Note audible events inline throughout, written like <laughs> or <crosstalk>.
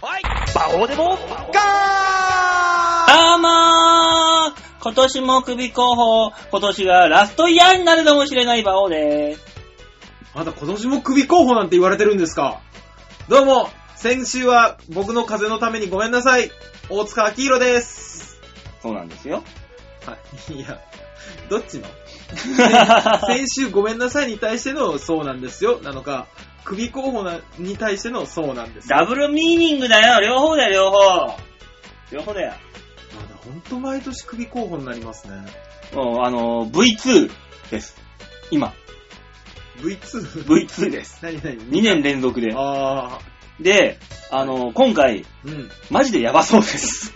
こうでも、ガーあーまー今年も首候補、今年がラストイヤーになるかもしれない馬王でーす。まだ今年も首候補なんて言われてるんですかどうも、先週は僕の風邪のためにごめんなさい。大塚明宏です。そうなんですよ。はい、いや、どっちの先週ごめんなさいに対してのそうなんですよなのか、首候補なに対してのそうなんですよ。 <laughs> ダブルミーニングだよ、両方だよ、両方。両方だよ。まだほんと毎年首候補になりますね。もう、あのー、V2 です。今、 V2? V2 です。 <laughs> 何何2年連続で。あで、あのー、今回、ー、うん。マジでやばそうです。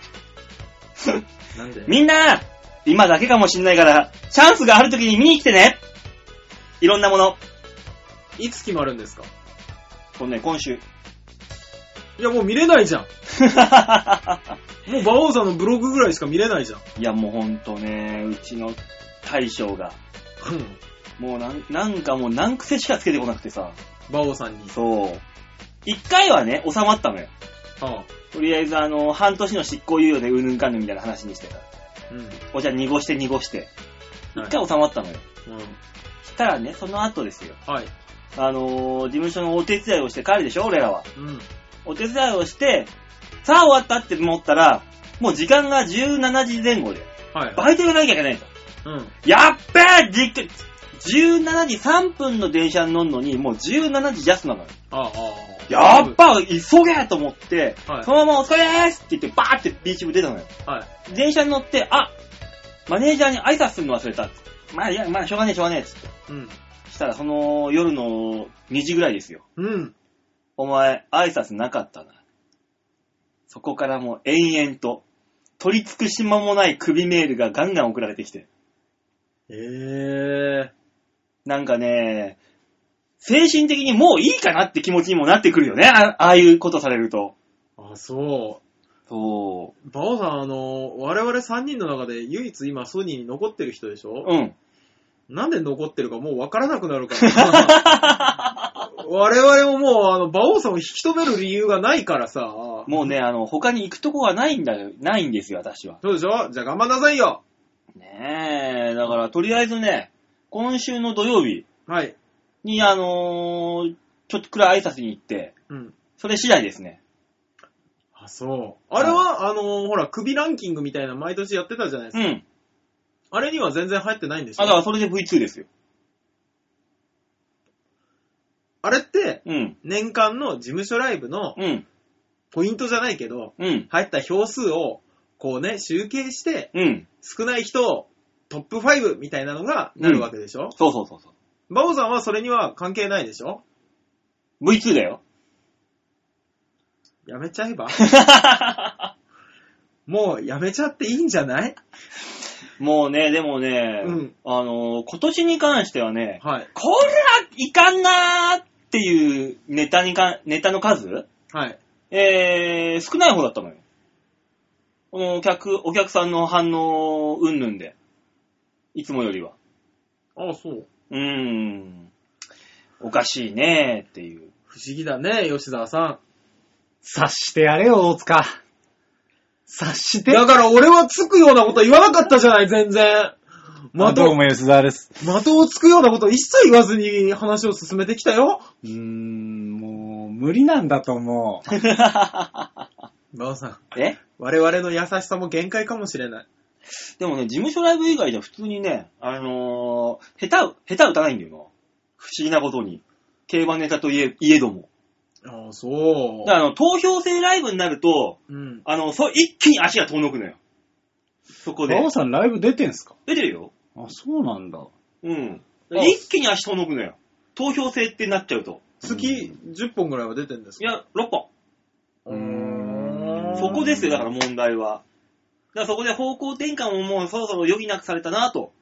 なんでみんな、今だけかもしんないから、チャンスがある時に見に来てね。いろんなもの。いつ決まるんですかこのね、今週。いや、もう見れないじゃん。もう馬王さんのブログぐらいしか見れないじゃん。 <laughs> いや、もうほんとね、うちの大将が、うん。もうなんなんかもう難癖しかつけてこなくてさ。馬王さんに。そう。一回はね、収まったのよ。ああとりあえず、あの、半年の執行猶予でうんぬんかんぬんみたいな話にしてた。うん。お茶濁して濁して。は一い回収まったのよ。うん。したらね、その後ですよ。はい。あのー、事務所のお手伝いをして帰るでしょ、俺らは。うん。お手伝いをして、さあ終わったって思ったら、もう時間が17時前後で、はい。バイトやらなきゃいけないんだ。うん。やっべえじっ17時3分の電車に乗るのに、もう17時ジャストなのよ。ああ、ああ。やっば急げと思って、はいそのままお疲れですって言って、バーってビーチ部出たのよ。はい。電車に乗って、あマネージャーに挨拶するの忘れた。まあ、いや、まあ、しょうがねえ、しょうがねえ、つって。うん。したら、その夜の2時ぐらいですよ。うん。お前、挨拶なかったな。そこからもう延々と、取り付く島もない首メールがガンガン送られてきて。ええなんかね、精神的にもういいかなって気持ちにもなってくるよね。あああいうことされると。あ、そ。そう馬王さん、あの、我々3人の中で唯一今ソニーに残ってる人でしょう。うん。なんで残ってるかもうわからなくなるから。 <laughs> 我々ももう、あの、馬王さんを引き止める理由がないからさ。もうね、あの、他に行くとこがないんだよ。ないんですよ、私は。そうでしょじゃあ頑張んなさいよ。ねえ、だから、とりあえずね、今週の土曜日はい。に、あのーちょっとくらい挨拶に行って、うん。それ次第ですね。あ、そう。あれは、あの、ほら、首ランキングみたいな毎年やってたじゃないですうか。ん。あれには全然入ってないんでしょあ、だからそれで V2 ですよ。あれって、うん。年間の事務所ライブのうん。ポイントじゃないけど、うん。入った票数を、こうね、集計して、うん。少ない人をトップ5みたいなのがなるわけでしょ、そうそうそうそ馬王さんはそれには関係ないでしょう。V2 だ <laughs> よ。やめちゃえばもうやめちゃっていいんじゃないもうね、でもね、うんあのー今年に関してはね、はい。こら、いかんなーっていうネタにか、ネタの数はい。えー、少ない方だったのよ。このお客、お客さんの反応、うんぬんで。いつもよりは。ああ、そう。うーん。おかしいねーって <laughs> いう。不思議だね、吉沢さ察してやれよ、大塚。察しん。て。だから俺はつくようなこと言わなかったじゃない、全然。ま的どうも吉沢です。的をつくようなこと一切言わずに話を進めてきたよ。うーん、もう、無理なんだと思う。馬王さん、え我々の優しさも限界かもしれない。でもね、事務所ライブ以外じゃ普通にね、あのー、下手、下手打たないんだよな。不思議なことに。競馬ネタといえ、いえども。ああ、そだからあの、投票制ライブになると、う。うん。あの、そう、一気に足が遠のくのよ。そこで馬。王さんライブ出てんすか出てるよ。あ、そうなんだ。うん。あ一気に足遠のくのよ。投票制ってなっちゃうと。月10本ぐらいは出てんですいかや、6本。うーんそこですよ、だから問題は。だからそこで方向転換をもうそろそろ余儀なくされたなと。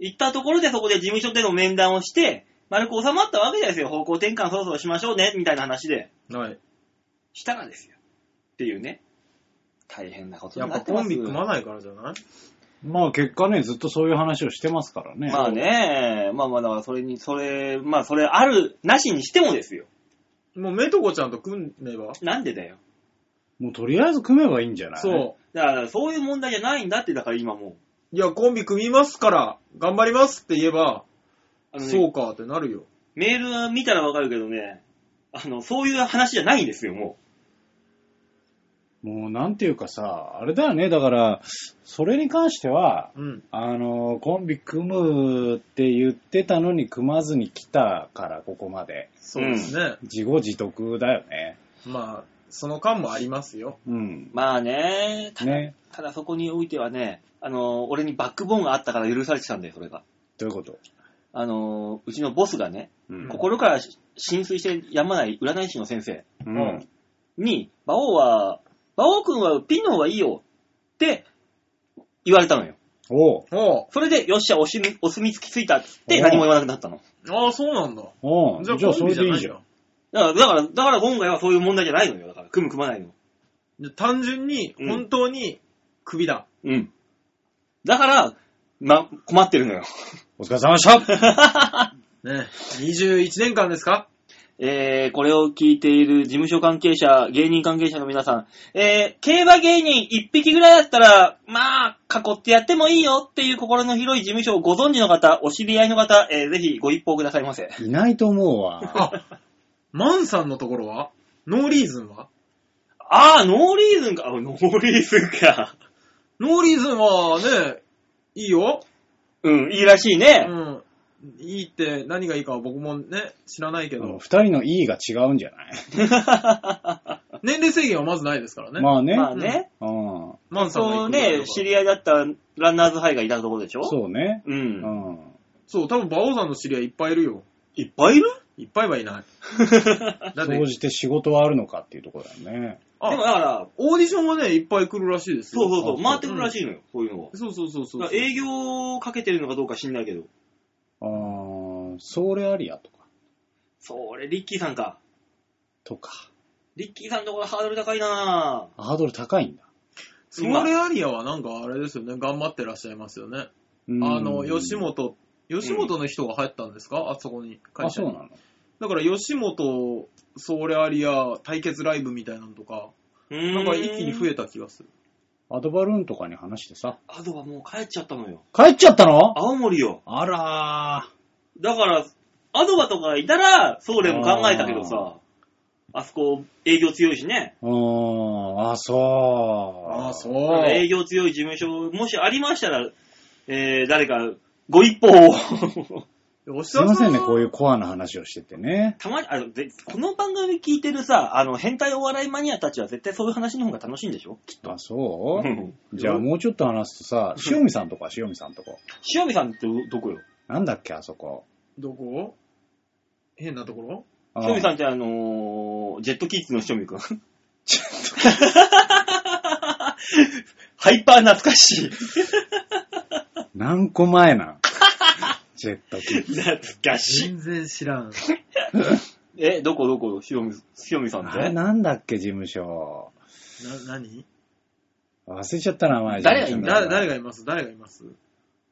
言ったところでそこで事務所での面談をして、丸く収まったわけですよ。方向転換そろそろしましょうね、みたいな話で。はい。したらですよ。っていうね。大変なことやっになぱってコまンすビ組まないからじゃないまあ結果ね、ずっとそういう話をしてますからね。まあね、まあまあだからそれに、それ、まあそれある、なしにしてもですよ。もうメトコちゃんと組んねば。なんでだよ。もうとりあえず組めばいいんじゃないそう。だから、そういう問題じゃないんだって、だから今もいや、コンビ組みますから、頑張りますって言えば、う。あのねそうかってなるよ。メール見たらわかるけどね、あの、そういう話じゃないんですよ、ももうなんていうかさ、あれだよね。だから、それに関しては、うん。あの、コンビ組むって言ってたのに組まずに来たから、ここまで。そうですね。自業自得だよね。まあ、その間もありますよ。うんう。。<laughs> まあね、ただ、ね。ただそこにおいてはね、あの、俺にバックボーンがあったから許されてたんだよ、それが。どういうことあの、うちのボスがね、うん心から浸水してやまない占い師の先生うん。に、馬王は、馬王くんはピンの方がいいよって言われたのよ。おう。おうそれで、よっしゃ、おしみお墨付きついたっつって何も言わなくなったの。ああ、そうなんだ。おう。じゃあ、それでいいじゃん。ん。だから、だから、だから今回はそういう問題じゃないのよ。だから、組む組まないの。じゃあ単純に、うん本当に、首だ。うん。だから、ま、困ってるのよ。お疲れ様でした。ね。21年間ですかえー、これを聞いている事務所関係者、芸人関係者の皆さん、えー、競馬芸人1匹ぐらいだったら、まあ、囲ってやってもいいよっていう心の広い事務所をご存知の方、お知り合いの方、えー、ぜひご一報くださいませ。いないと思う <laughs> わ。あ、マンさんのところはノーリーズンはあー、ノーリーズンか。あノーリーズンか。ノーリーズンはね、いいよ。 <laughs> うん、いいらしいね。うん。いいって何がいいかは僕もね、知らないけうんど、二人の E が違うんじゃない年齢制限はまずないですからね。まあね。まあね、うん。マンさんがそう行くぐらいだかね、ら知り合いだったランナーズハイがいたところでしょそうね。う。うんん。そう、多分馬王さんの知り合いいっぱいいるよ。いっぱいいるいっぱいは <laughs> いない。だって総、じて仕事はあるのかっていうところだよね。でもあ、だから、オーディションはね、いっぱい来るらしいですそうよ。そうそう、回ってくるらしいのよ、そういうのは。そうそうそうそうだから営業をかけてるのかどうか知んないけど。あー、それありやとか。それ、リッキーさんか。とか。営リッキーさんのところハードル高いなぁ。ハードル高いんだ。それアリアはなんかあれですよね、頑張ってらっしゃいますよね。うんあの、吉。本、吉本の人が入ったんですか、あそこに、あ、会社そうに。なのだから吉本、ソーレアリア、対決ライブみたいなのとか、ななんか一気に増えた。た気がする。アドバルーンとかに話してさ。アドはもう帰っちゃったのよ。帰っちゃったの青森よ。あらだから、アドバとかいたら、ソーレも考えたけどさ、あそこ営業強いしね。ー。うーん、あ、そう。。ああ、そうう。営業強い事務所、もしありましたら、えー、誰かご一報を。お。すいませんね、こういううコアな話をしててね。たまに、あの、でこの番組聞いてるさ、あの、変態お笑いマニアたちは絶対そういう話の方が楽しいんでしょあ、そううんじゃあもうちょっと話すとさ、塩見さんとか塩見さんとこ。塩見さんってどどこよなんだっけ、あそこ。どこ変なところ塩見さん。んってあのー、ジェットキッズの塩 <laughs> 見くん。ハイパー懐かしい。何個前なんジェット機。懐かしい。全然知らん。え、どこどこ塩見、塩見さんっあれてなんだっけ、事務所。な、 <laughs> 何忘れちゃったな、前。誰がいいんだだ誰ががいます誰がいます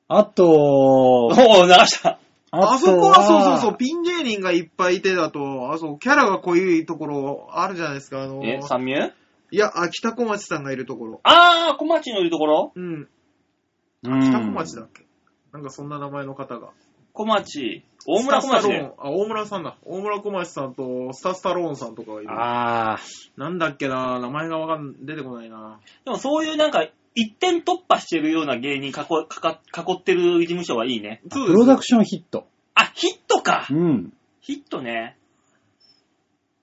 あおと、ー、流した。あそこはそうそうそう、ピピン芸人がいっぱいいてだと、あそこキャラが濃いところあるじゃないですか、あの、え、三名いや、あ、北小町さんがいるところ。あー、小町のいるところうん、ッ北小町だっけ、なんかそんな名前の方が。小町。大村小町スタスタね。ローンあ、大村さんだ。大村小町さんと、スタスタローンさんとかがいる。ああ、なんだっけな名前がわかん、出てこないなでもそういうなんか、一点突破してるような芸人かこかか囲ってる事務所はいいね。そうプロダクシションヒット。あ、ヒットかうん。ヒットね。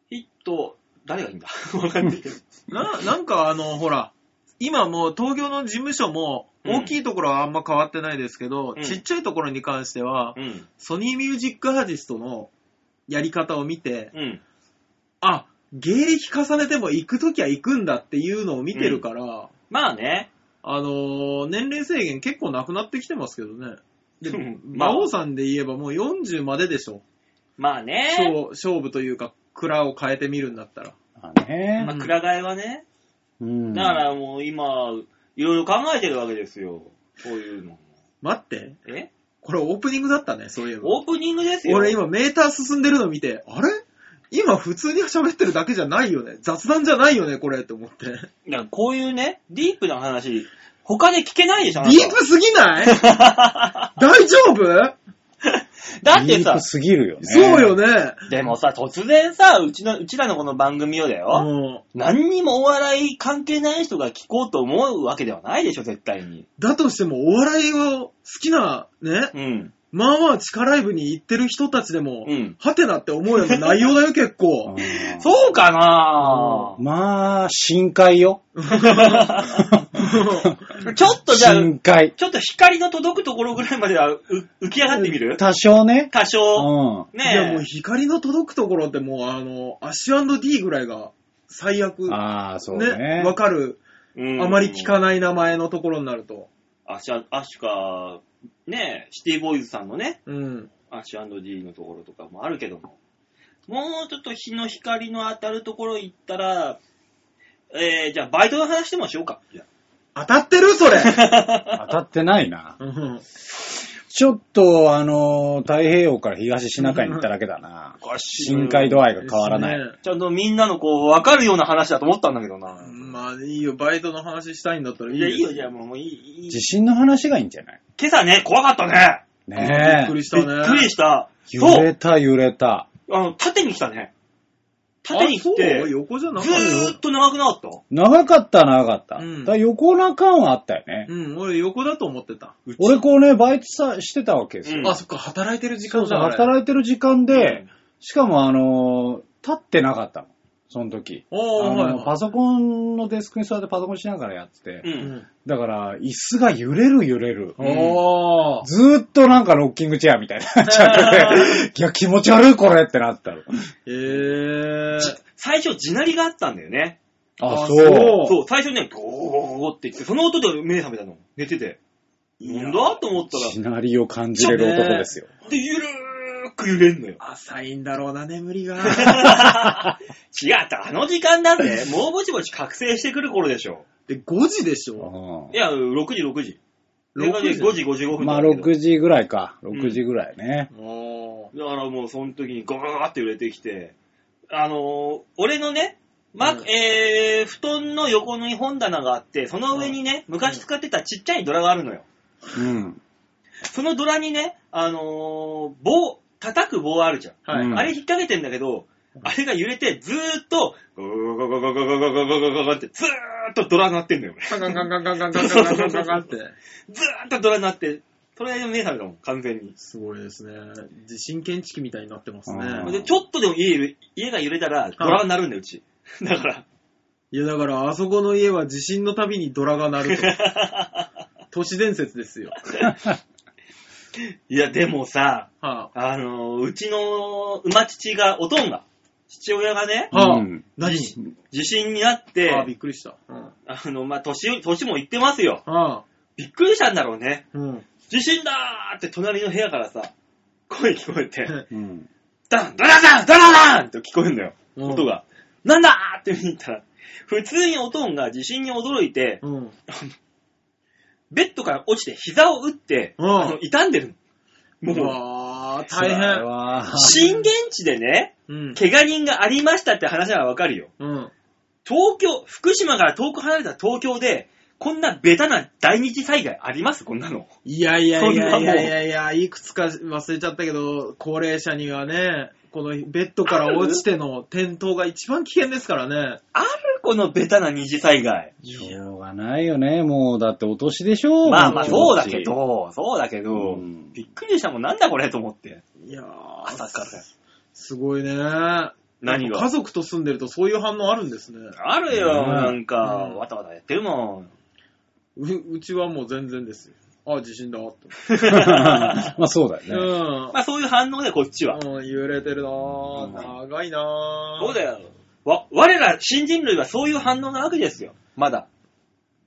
ヒット、誰がいいんだ <laughs> わかんないけど。ョン。な、なんかあの、ほら、今もう東京の事務所も、うん大きいところはあんま変わってないですけど、うんちっちゃいところに関しては、うん。ソニーミュージックアーティストのやり方を見て、うん。あ、芸歴重ねても行くときは行くんだっていうのを見てるから、まあね。あのー年齢制限結構なくなってきてますけどね。でうん、まあ魔王さんで言えばもう40まででしょ。まあね。勝勝負というか、蔵を変えてみるんだったら。あねまあ、蔵替えはね。うん。だからもう今、いろいろ考えてるわけですよ。こういうのも。待って、えこれオープニングだったね、そういえば。オープニングですよ。俺今メーター進んでるの見て、あれ今普通に喋ってるだけじゃないよね。雑談じゃないよね、これって思って。いや、こういうね、ディープな話、他で聞けないでしょ、あデなたィープすぎ <laughs> ない大丈夫、だってディーさプ、すぎるよね。そうよね。でもさ、突然さ、うちの、うちらのこの番組をだよ、うん何にもお笑い関係ない人が聞こうと思うわけではないでしょ、絶対に。だとしても、お笑いを好きな、ね、うん。まあまあ地下ライブに行ってる人たちでも、うんハテナって思うような内容だよ、結 <laughs> 構。うんそうかなまあ、深海よ。ちょっとじゃあ、深海。ちょっと光の届くところぐらいまではう浮き上がってみる多少ね。多う少。ん。いや、もうね光の届くところってもう、あの、アッシュ &D ぐらいが最悪。ああ、そうねね。わかる。え。あまり聞かない。ない名前のところになると。アシャ、アシカ、ねえ、シティボーイズさんのね、うん。アシュ &D のところとかもあるけども。もうちょっと日の光の当たるところ行ったら、えー、じゃあバイトの話でもしようか。じゃ当たってる <laughs> それ当たってないな。うんちょっと、あのー、太平洋から東シナ海に行っただけだな。あ深海度合いが変わらない。ですねちゃんとみんなのこう、わかるような話だと思ったんだけどな。まあいいよ、バイトの話したいんだったらいいいよ。や、いいよ、じゃあもういい。いい地震の話がいいんじゃない今朝ね、怖かったね。びっねくえり。したね。びっくりした。揺そうれた揺れた。あの、縦に来たね。縦に来あそうて、横じゃなかずったよーっと長くなかった長かった長かった。うんだから横な感はあったよね。うん、俺横だと思ってた。俺こうね、バイトさしてたわけですよ。うんあ、そっか、働いてる時そ間うじそう、ゃん。働いてる時間で、うんしかもあのー、立ってなかったの。その時。おー、あのはいはい。パソコンのデスクに座ってパソコンしながらやってて、う。うんんだから椅子が揺れる揺れる。おー。ずーっとなんかロッキングチェアみたいになっちゃって、いや気持ち悪いこれってなってたの。<laughs> えー。最初、地鳴りがあったんだよね。あ、あ。そう。そう、最初ね、ゴーゴーゴーって言って、その音で目覚めたの。寝てて。なんだと思ったら、シナリオ感じれる男ですよ。で、ゆるーく揺れんの <laughs> よ浅いんだろうな、眠りが。違った、あの時間だぜ。もうぼちぼち覚醒してくる頃でしょ。で、5時でしょうんいや、6時、6時。 6 5時時55分まだあけど6時ぐらいか。6時ぐらいね。おー。だからもうその時にゴーゴーって揺れてきて、あのー俺のね、ま、うんえー、布団の横に本棚があって、その上にね、昔使ってたちっちゃいドラがあるのよ。うん。そのドラにね、あのー棒、叩く棒あるじゃん。はい。うんあれ引っ掛けてんだけど、あれが揺れて、ずーっと、ゴーゴーゴーゴーゴーゴーゴーゴーゴーゴーゴーって、ずーっとドラ鳴ってんだよね。カンカンカンカンカンカンカンカンカンカンカンって。ずーっとドラ鳴って、それで目覚めたもん、完全に。すごいですね。地震検知器みたいになってますね。うんで、ちょっとでも家、家が揺れたら、ドラが鳴るんだよ、うち。だから。いや、だから、あそこの家は地震のたびにドラが鳴ると。都市伝説ですよ。いや、でもさ、はあのーうちの馬父が、おとんが、父親がねあ、、はあ、うん何地震になって、ああ、びっくりした。うん。あの、まあ、年よ、年もいってますよ。ああ、びっくりしたんだろうね。うん。地震だーって隣の部屋からさ、声聞こえて、うん。ダン、ダラダン、ダラダンって聞こえるんだよ、うん音が。なんだーって見に行ったら、普通におとんが地震に驚いて、うん。ベッドから落ちて膝を打って、うんあの傷んでるの。うもう、わー、それ大変。は震源地でね、うん。怪我人がありましたって話はわかるよ。うん。東京、福島から遠く離れた東京で、こんなベタな大二次災害ありますこんなの。いやいやいやそんいなもんやいやいや、いくつか忘れちゃったけど、高齢者にはね、このベッドから落ちての転倒が一番危険ですからね。あるこのベタな二次災害。しょうがないよね。もう、だってお年でしょまあまあ、このそうだ気持ちけど、そうだけど、 <laughs> うんびっくりしたもん、なんだこれと思って。いやー、朝から。すごいね。何何が家族と住んでるとそういう反応あるんですね。あるよ、うんなんか、うんわたわたやってるもん。ううちはもう全然ですよ。あ、地震だって。まあそうだうよね。ん。まあそういう反応でこっちは。うん、揺れてるなぁ。長いなぁ。そうだよ。わ、我ら新人類はそういう反応なわけですよ。まだ。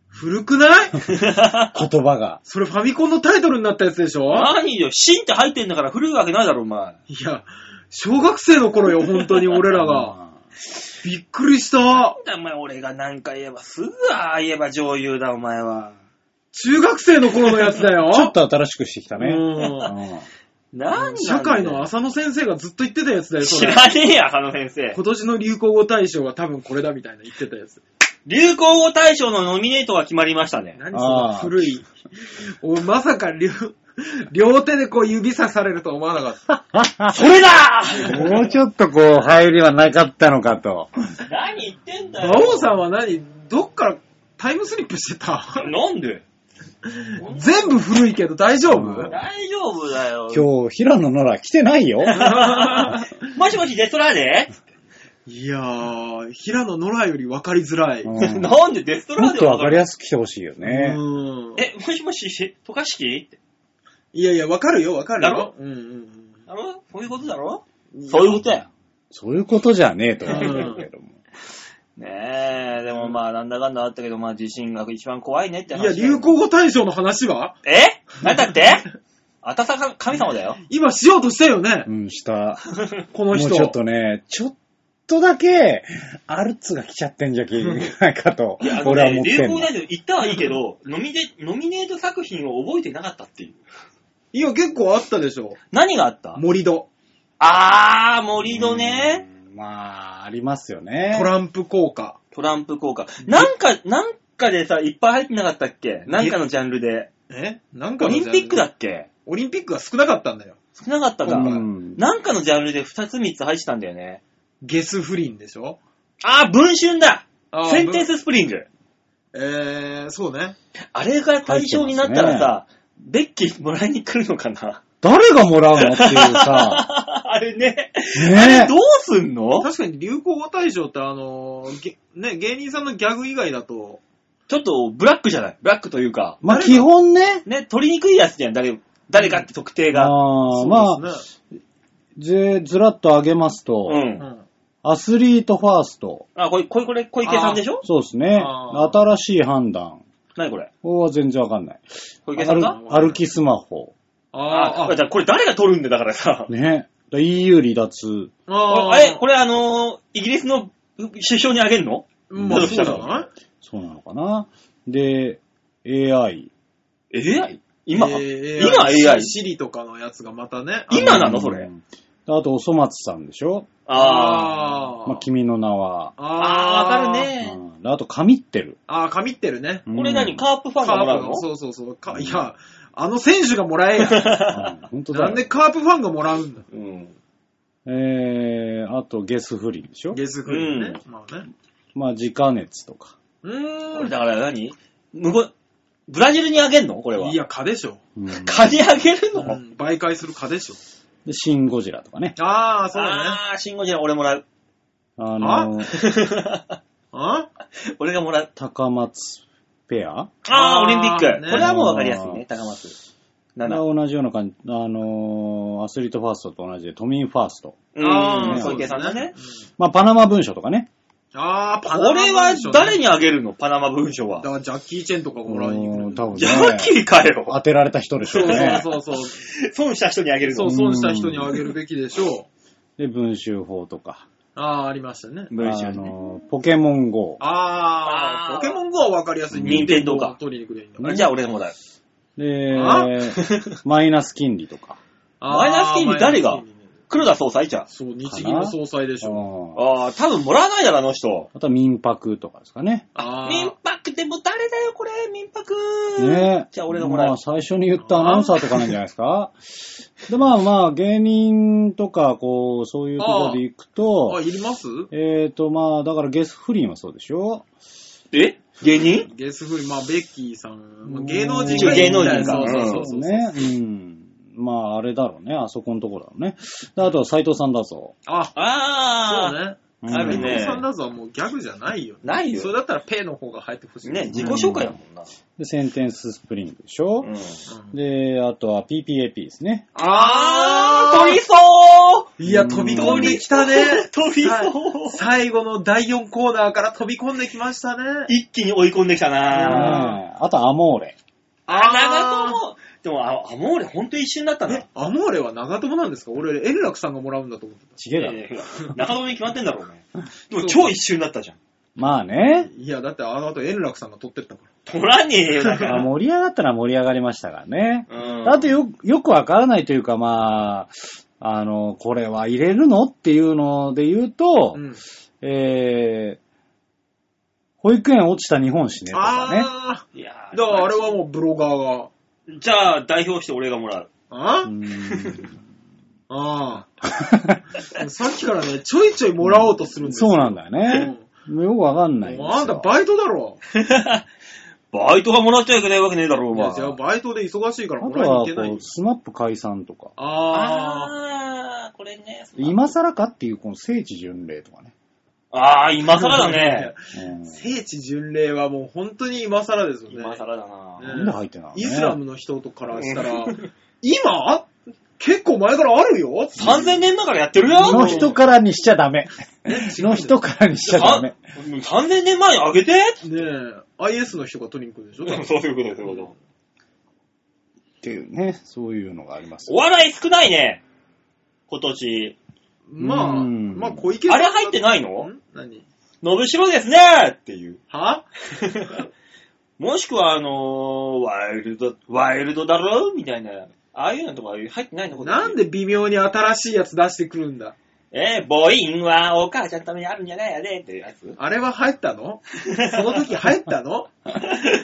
古くない言葉が。それファミコンのタイトルになったやつでし <laughs> ょ何よ、新って入ってんだから古いわけないだろ、お前。いや、小学生の頃よ、本当に俺 <laughs> らが。びっくりした。お前、俺が何か言えば、すぐああ言えば女優だ、お前は。中学生の頃のやつだ <laughs> よ。ちょっと新しくしてきたうね。んうん何なんだよ社会の浅野先生がずっと言ってたやつだよ、そ知れ。らねえや、佐野先生。今年の流行語大賞は多分これだみたいな言ってたやつ。流行語大賞のノミネートが決まりましたね。何その古い。俺まさか両、両手でこう指さされるとは思わなか <laughs> った。それだーもうちょっとこう、入りはなかったのかと。何言ってんだよ。馬王さんは何どっからタイムスリップしてた <laughs> なんで全部古いけど大丈夫うん大丈夫だよ。今日、平野ノラ来てないよ。もしもし、デストラーデ、 <laughs> いやー、平野ノラより分かりづらい。ううん <laughs> ん。なんでデストラ <laughs> もっーデとわかりややすく来てほしいよね。え、もしもし、渡嘉敷って。いやいや、分かるよ、分かるだろよ。うんうんだろそういうことだろうん。そういうことや。そういうことじゃねえとは思うけども。ねえ、でもまあ、なんだかんだあったけど、まあ、地震が一番怖いねって話いだや、よ。流行語大賞の話はえなんだってあたさか神様だよ。今しようとしたよね、うん、した。このもうち人。ょっとね、ちょっとだけ、アルツが来ちゃってんじゃけないかといや、、俺はあの思っねて流行んの語。大賞行ったはいいけど、ノミネノミネート作品を覚えてなかったっていう。いや、結構あったでしょ。何があった森戸、あー、森戸ね。うん。まあ、ありますよね。トランプ効果。トランプ効果。なんか、なんかでさ、いっぱい入ってなかったっけなんかのジャンルで。えなんかオのリンピックだジャンルっけオリンピックが少なかったんだよ。少なかったか。うんなんかのジャンルで2つ3つ入ってたんだよね。ゲス不倫でしょあー、文春だあーセンテンススプリング。えー、そうね。あれが対象になったらさ、ベッキーもらいに来るのかな <laughs> 誰がもらうのっていうさ、あれね。ねあれどうすんの確かに流行語大賞ってあのーげね、芸人さんのギャグ以外だと、ちょっとブラックじゃないブラックというか、まあ基本ね、ね、取りにくいやつじゃん、誰、誰かって特定が。あーそまうあ、ですず、ずらっと上げますと、うん。ね。うんアスリートファースト。あ、これ、これ、これ、小池さんでしょそうですね。あー新しい判断。何これここは全然わかんない。小池さんが歩歩きスマホ。あああ、だーからこれ誰が取るんだよだからさ。ね。だ EU 離脱。ああー、え、これあのーイギリスの首相にあげるのまあ、そうじゃどうしたないそうなのかな。で、AI。 ?AI? 今、えー今 AI? シリとかのやつがまたね。今なのそれうんあと、おそ松さんでしょあー。まあ、君の名は。あー、わかるうね。ん、であと、神ってる。あー、神ってるね。これ何か、カープファンがもらうのそうそうそう。かいや、あの選手がもらえや。うん、本当だよ。なんでカープファンがもらうんだ。うん。えー、あと、ゲス不倫でしょゲスフリーね。まあね。まあ、自家熱とか。うこれーだから何向こう、ブラジルにあげんのこれは。ん。いや、蚊でしょ。うん、蚊にあげるの、うん媒介する蚊でしょ。で、シン・ゴジラとかね。あー、そうだね。あー、シンゴジラ俺もらう。あのー、あ俺がもらう。高松ペアあー、あーオリンピック。ねこれはもうわかりやすいね、高松。7。同じような感じ、あのーアスリートファーストと同じで、都民ファースト。うん、あー、小池さんだね。。まあ、パナマ文書とかね。あー、パこナマ文れ書はね誰にあげるのパナマ文書だはか。らジャッキー・チェンとかうもらいにー来ん多 <laughs> る。分ジャねッ、キーかよ。当てられた人でしそょううね。そうそうそう。損した人にあげるそのう、。損した人にあげるべきでしょう。で、文集法とか、あー、ありましたね。文章あね。のーポケモン GO。ああーー、ポケモン GO はわかりやすい。任天堂かを取りに来るんだねじゃあ俺もだよ。であ、 <laughs> マイナス金利とか。マイナス金利誰が黒田総裁じゃん。そう、日銀の総裁でしょ。うんああ、多分もらわないだろ、あの人。あとは民泊とかですかね。あー民泊でも誰だよ、これ、民泊。ねじゃあ俺がもらまうあ、。最初に言ったアナウンサーとかなんじゃないですか。で、まあまあ、芸人とか、こう、そういうところで行くあ、と、いりますえっ、ー、と、まあ、だからゲス不倫はそうでしょえ芸人ゲスフリー、まあ、ベッキーさん。まあ芸能人一応芸能人そかうそううそそううそう。ね。うん。まあ、あれだろうね。あそこのところだろうね。であとは斎藤さんだぞ。あ、そうああ、ね。うんあベるねッキーさんだぞはもうギャグじゃないよ。ないよそれだったらペイの方が入ってほしい。ね、自己紹介だもんな。で、センテンススプリングでしょ、うんうんで、あとは PPAP ですね。ああ、飛びそういや、飛び込んできたね。飛びさそう最後の第4コーナーから飛び込んできましたね。一気に追い込んできたうんなああとアモーレ。あ、長友でも、あ、もう俺ほんと一瞬だったなえ。、アモーレは長友なんですか俺、円楽さんがもらうんだと思ってた。ちげえだろ。いやいやいや中野に決まってんだろうね。でも超一瞬だったじゃん。まあね。いや、だってあの後円楽さんが取ってったから。取らねえよ、だかまあら。盛り上がったら盛り上がりましたからね。うんあとよ、よくわからないというか、まあ、あの、これは入れるのっていうので言うと、うん。えー、保育園落ちた日本史ねとかね。あいやあ、ーだからあれはもうブロガーじゃあ、代表して俺がもらう。 <laughs> が。うんんああ。 <laughs> さっきからね、ちょいちょいもらおうとするんですそうなんんだよね。よくわかんないんですよあんたバイトだろ。バイトがもらっちゃいけないわけねえだろ、おい前。や、じゃあバイトで忙しいからあもとらいに行は、けないこんう、です。スマップ解散とか。ああ。あー、これね。今更かっていう、この聖地巡礼とかね。あー、今更だね。。う <laughs> ん聖地巡礼はもう本当に今更ですよね。今更だな。なんで入ってんのイスラムの人とからしたら、 <laughs> 今結構前からあるよ3000年だからやってるよの人からにしちゃダメ。の人からにしちゃダメ。さん !3000 年前にあげてねえ、IS の人が取りに来るでしょ <laughs> そういうことそういうこと。っていうね、そういうのがありますお。笑い少ないね。今年。まあ、うんまあ小池さん。あれ入ってないのん何のぶしろですねっていう。は <laughs> もしくは、あのー、ワイルド、ワイルドだろみたいな。ああいうのとか入ってないのなんで微妙に新しいやつ出してくるんだえー、母音はお母ちゃんのためにあるんじゃないやでっていうや <laughs> つ。あれは入ったのその時入ったの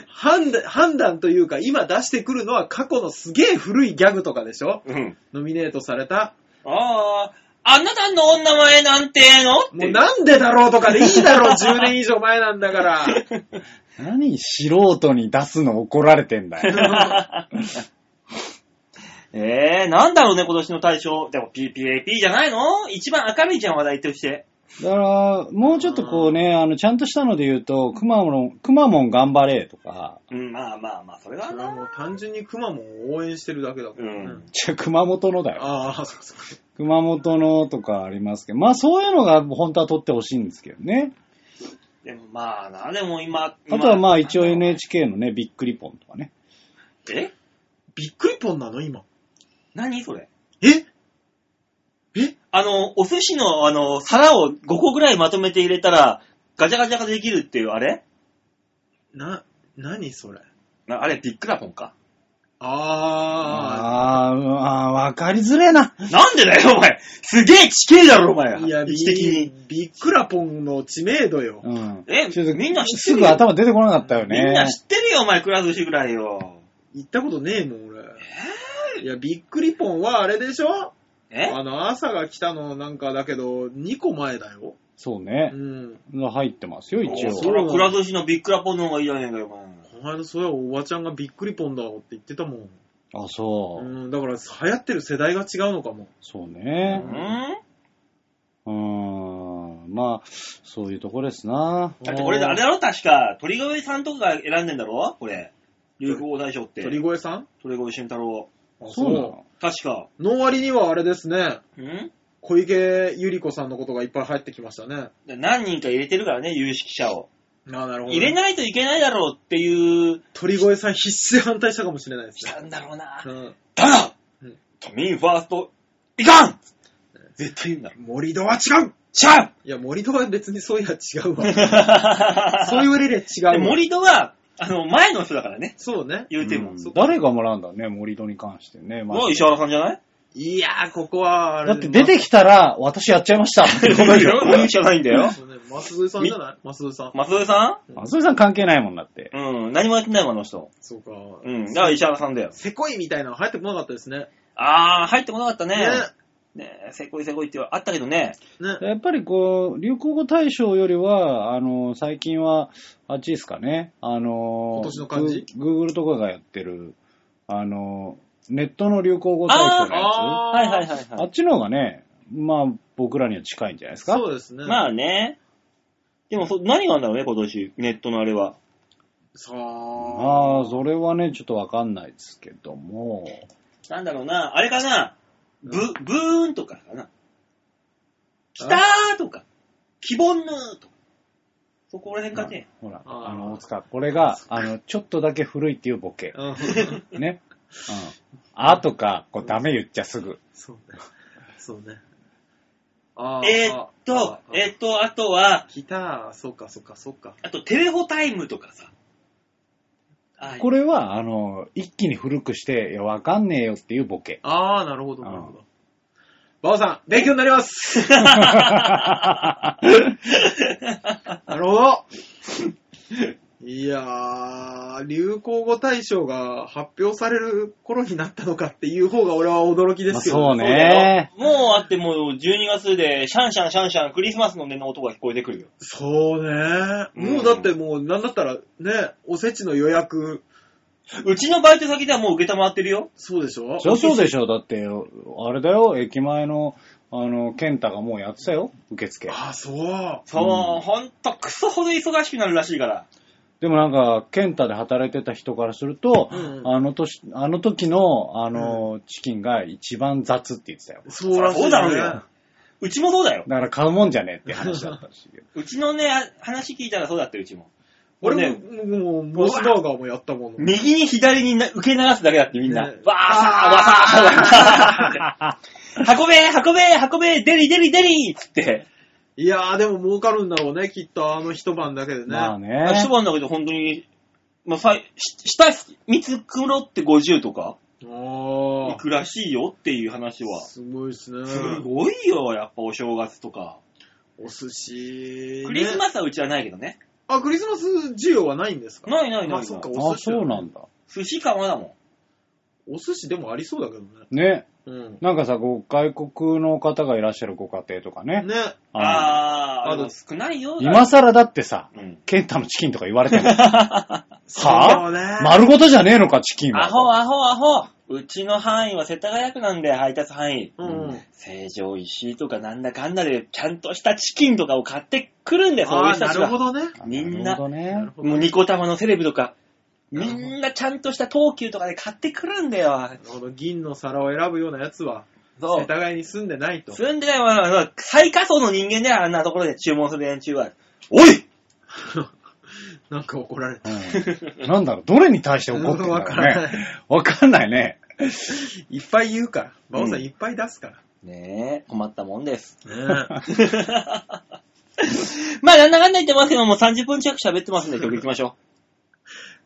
判断判断というか、今出してくるのは過去のすげえ古いギャグとかでしょうん。ノミネートされた。ああ、あなたのお名前なんてのってもいうう。なんでだろうとかでいい <laughs> だろう !10 年以上前なんだから。何素人に出すの怒られてんだ <laughs> よ。 <laughs> えー、なんだろうね、今年の大賞。でも PPAP じゃないの一番明るいじゃん、話題として。だから、もうちょっとこうね、あの、ちゃんとしたので言うと、くまモン、くまモン頑張れとか、うん、まあまあまあ、それはそれはな。もう単純にくまモンを応援してるだけだからね。うんじゃあ熊本のだよ。ああ、そうそうそう。熊本のとかありますけど、まあそういうのが本当は取ってほしいんですけどね。でもまあな、でも今。あとはまあ一応 NHK のね、びっくりポンとかね。えびっくりポンなの今。何それええあの、お寿司の、あの、皿を5個ぐらいまとめて入れたら、ガチャガチャができるっていう、あれな、何それなあれ、ビックラポン <laughs> か。ああーうんあー、わかりづれえな。なんでだよ、お前すげえ地形だろ、お前あ。 <laughs> いや、位び置的に。びっくらポンの知名度よ。うん。えちょっとみんな知ってするぐ頭出てこなかったよね。みんな知ってるよ、お前、くら寿司ぐらいよ。行ったことねえもん、俺。いや、びっくりポンはあれでしょえあの、朝が来たのなんかだけど、2個前だよ。そううね。ん。入ってますよ、一お応。そらくら寿司のビックラポンの方がいいじゃねえかよ、お前。この間、そういや、おばちゃんがびっくりポンだろって言ってたもん。あ、そう。うん、だから流行ってる世代が違うのかも。そうね。うんうーん。まあ、そういうとこですな。だってこれ、あれだろ、確か。鳥越さんとかが選んでんだろこれ。流行語大賞って。鳥鳥越さん越俊太郎。あそうなの確か。そうの割にはあれですね、ん小池百合子さんのことがいっぱい入ってきましたね。で何人か入れてるからね、有識者を。ああ、なるほど、入れないといけないだろうっていう、鳥越さん必死で反対したかもしれないです来 <laughs> たね。んだろうなう。ん、ただうん都民ファースト、いかん絶対言うんだろ。森戸は違うシャンいや、森戸は別にそういや違 <laughs> うわ。そうそう言われりゃ違うわ。森戸は、あの、前の人だからね、そうね。言うても。うんそっか誰がもらうんだろうね、森戸に関してね。まあもう石原さんじゃないいやー、ここはあれだって出てきたら、私やっちゃい <laughs> ましたってことでしょ。勇者ないんだよ。そうね、松添さんじゃない松添さん。松添さあそれさん関係ないもんだって。んうん、何もやってないもん、あの人。そうか。うん、だから石原さんだよ。せこいみたいなの入ってこなかったですね。あー、入ってこなかったね。ね。ねせこいせこいってあったけどね。ね。やっぱりこう、流行語大賞よりは、あの、最近は、あっちですかね。あの、今年の漢字グ Google とかがやってる、あの、ネットの流行語大賞のやつ。ああーはいはいはいはい。っちの方がね、まあ、僕らには近いんじゃないですか。そうですね。まあね。でもそ、何があんだろうね、今年、ネットのあれは。さああ。あ、それはね、ちょっとわかんないですけども。なんだろうな、あれかな、ブ、ブーンとかかな。きたーとか、希望ぬーとか。そこら辺かね。ほら、あーあの、大塚、これが、あの、ちょっとだけ古いっていうボケ。うん。 <laughs> ね。うん。あとか、こう、ダメ言っちゃすぐ。そうね。そうね。あーえーっと、えーっと、あとは、ギター、そうか、そうか、そうか。あとテレホタイムとかさ。はいこれは、あの、一気に古くして、いや、わかんねえよっていうボケ。ああ、なるほど、なるほうど。バオさん、勉強になりますなるほどいやー、流行語大賞が発表される頃になったのかっていう方が俺は驚きでまあすよそうね。そうだよもうあってもう12月で、シャンシャンシャンシャンクリスマスの音の音が聞こえてくるよ。そうね。うんもうだってもう、なんだったらね、おせちの予約、うちのバイト先ではもう受けたまってるよ。そうでしょそりゃそうでしょう。だって、あれだよ、駅前の、あの、健太がもうやってたよ、受付。ああ、そう。そう、うんほんと、クソほど忙しくなるらしいから。でもなんか、健太で働いてた人からすると、うんあの年、あの時の、あの、チキンが一番雑って言ってたよ。そうらしい、ね。そうだろうよ。うちもそうだよ。だから買うもんじゃねえって話だったし。うちのね、あ話聞いたらそうだって、うちも。俺俺もね、、もう、モスバーガーもやったもの。右に左にな受け流すだけだってみんな。わねーさー、わさー、わさー。運べー、運べー、運べー、デリデリデリーっつって。いやー、でも儲かるんだろうね、きっと、あの一晩だけでね。まあね。一晩だけど本当に、まあ、さいし下、三つ黒って50とか、あいあ。くらしいよっていう話は。すごいですね。すごいよ、やっぱお正月とか。お寿司、ね。クリススマスはうちはないけどね。あ、クリスマス需要はないんですかないないないあ、そっか、ないおあ、寿司。そうなんだ。寿司かまだもお寿司でもありそうだけどね。ね。うん。なんかさ、こう、外国の方がいらっしゃるご家庭とかね。ね。ん。あああー、あでのも少ないよ。の今更だってさ、うん。ケンタのチキンとか言われてる。そうはねぁ <laughs> 丸ごとじゃねえのか、チキンは。アホアホアホうちの範囲は世田谷区なんで配達範囲。うん。成城石井とかなんだかんだでちゃんとしたチキンとかを買ってくるんだよ、そういあうあ、人たなちるは。ほどね。あみんななるほどね。もうニコ玉のセレブとか、なるみほどんなちゃんとした東急とかで買ってくるんだよ。なるほど銀の皿を選ぶようなやつは、そ世う。田谷に住んでないと。住んでないわな、な最下層の人間だよ、あんなところで注文する連中は。おいなんか怒られた。うんなんだろう、どれに対して怒ってるんだわかろらう <laughs> ね。ない。わかんないね。いっぱい言うから。馬王さうんんいっぱい出すから。ねえ、困ったもんです。 <laughs> ねまあ、なんだかんだ言ってますけども、30分近く喋ってますんで、曲行きましょ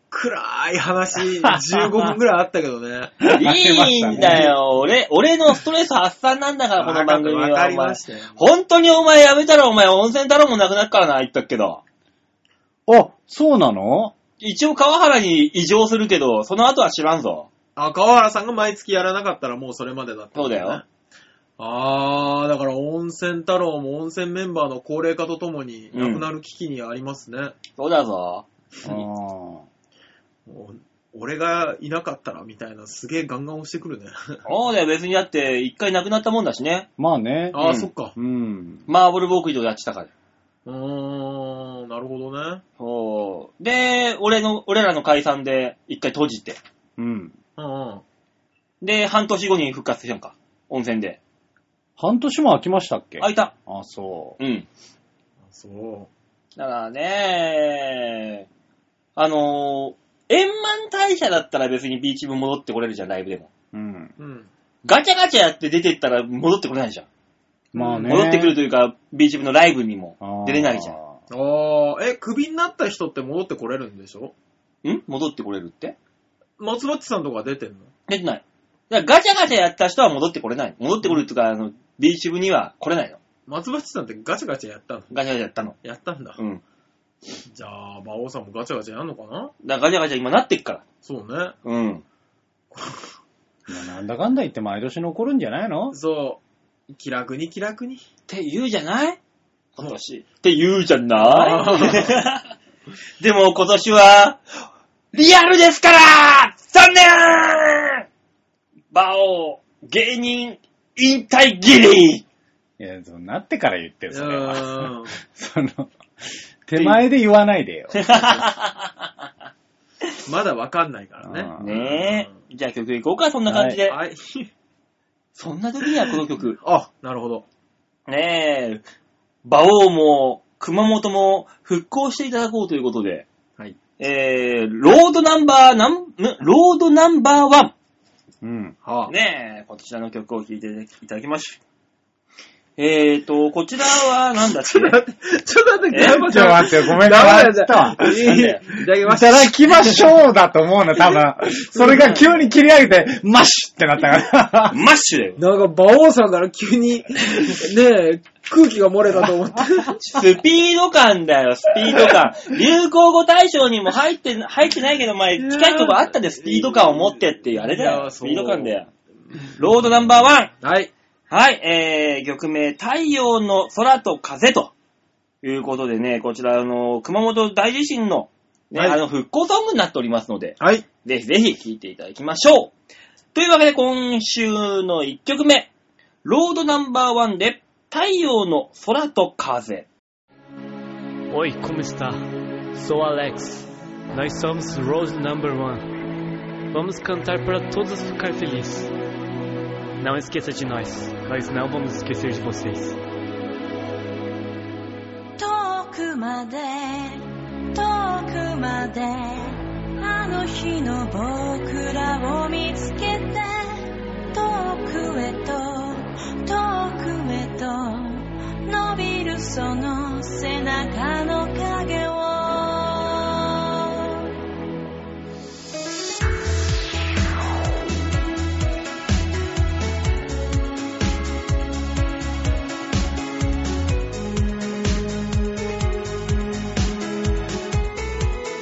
暗い話、15分ぐらいあったけど <laughs> ね。 <laughs> う。いいんだよ、俺、俺のストレス発散なんだから、この番組は。わかりお前ましたよ。本当にお前やめたらお前温泉太郎もなくなっからな、言ったっけど。あ、そうなの一応川原に移情するけど、その後は知らんぞ。あ、川原さんが毎月やらなかったらもうそれまでだった、そうだよ。あー、だから温泉太郎も温泉メンバーの高齢化とともに亡くなる危機にありますね。そうだぞ。あもう俺がいなかったらみたいなすげえガンガン押してくるね。そうだよ、別にだって、一回なくなったもんだしね。ーまあね。あー、うんそっか。うん。マーブルボーク以上やってたから。うーん、なるほどね。そう。で、俺の、俺らの解散で一回閉じて。うん。うんうん。で、半年後に復活したんか。温泉で。半年も空きましたっけ開いた。あ、そうん。あそだからね、あのー円満退社だったら別に B チーム戻ってこれるじゃん、ライブでも。う。うん。う。うん。ガチャガチャやって出てったら戻ってこれないじゃん。まあね。戻ってくるというか、ビーチ部のライブにもあー出れないじゃん。あー、え、クビになった人って戻ってこれるんでしょん戻ってこれるって松松さんとか出てんの出てない。だからガチャガチャやった人は戻ってこれない。戻ってこるというか、あの、ビーチ部には来れないの。松松さんってガチャガチャやったのガチャガチャやったの。やったんだ。うん。じゃあ、馬王さんもガチャガチャやんのかなだからガチャガチャ今なってっから。そうね。うん。いやなんだかんだ言って毎年残るんじゃないのそう。気楽に気楽に。って言うじゃない今年。って言うじゃない <laughs> でも今年は、リアルですから残念バオ、芸人、引退ギ <laughs> リいや、そうなってから言ってうる、それは。ーん。 <laughs> その、手前で言わな <laughs> いでよ。まだわかんないからうんね。ねえ。じゃあ曲いこうか、そんな感じで。はい。そんな時にはこの曲。あ、なるほど。 <laughs> ねえ。馬王も、熊本も復興していただこうということで。はい。えー、ロードナンバーなん、んロードナンバーワうん。はあ。ン。ねえ、こちらの曲を聴いていただきましえーと、こちらはなんだっけちょっと待って、えダメちょっと待って、ごめんなダメさい。だ、ダメだいやいただきまいしたただきましょうだと思うの、多分。それが急に切り上げて、マッシュってなったから。 <laughs> マッシュだよ。なんか、馬王さんから急 <laughs> に、ねえ、空気が漏れたと思って。スピード感だよ、スピード <laughs> 感。流行語大賞にも入って、入ってないけど前、近いとこあったで、スピード感を持ってっていう、あれだいやよ、スそうピード感だよ。ロードナンバーワン。はい。はい、えー、曲名、太陽の空と風ということでね、こちら、あの、熊本大地震の、ね、はいあの、復興ソングになっておりますので、はい。ぜひぜひ聴いていただきましょう。というわけで、今週の1曲目、ロードナンバーワンで、太陽の空と風。 Oi, como está? Sou Alex. Nós somos Road Number One. Vamos cantar para todos ficar felizes. Não esqueça de nós. Nós não vamos esquecer de vocês. 遠くまで遠くまであの日の僕らを見つけて遠くへと遠くへと伸びるその背中の影を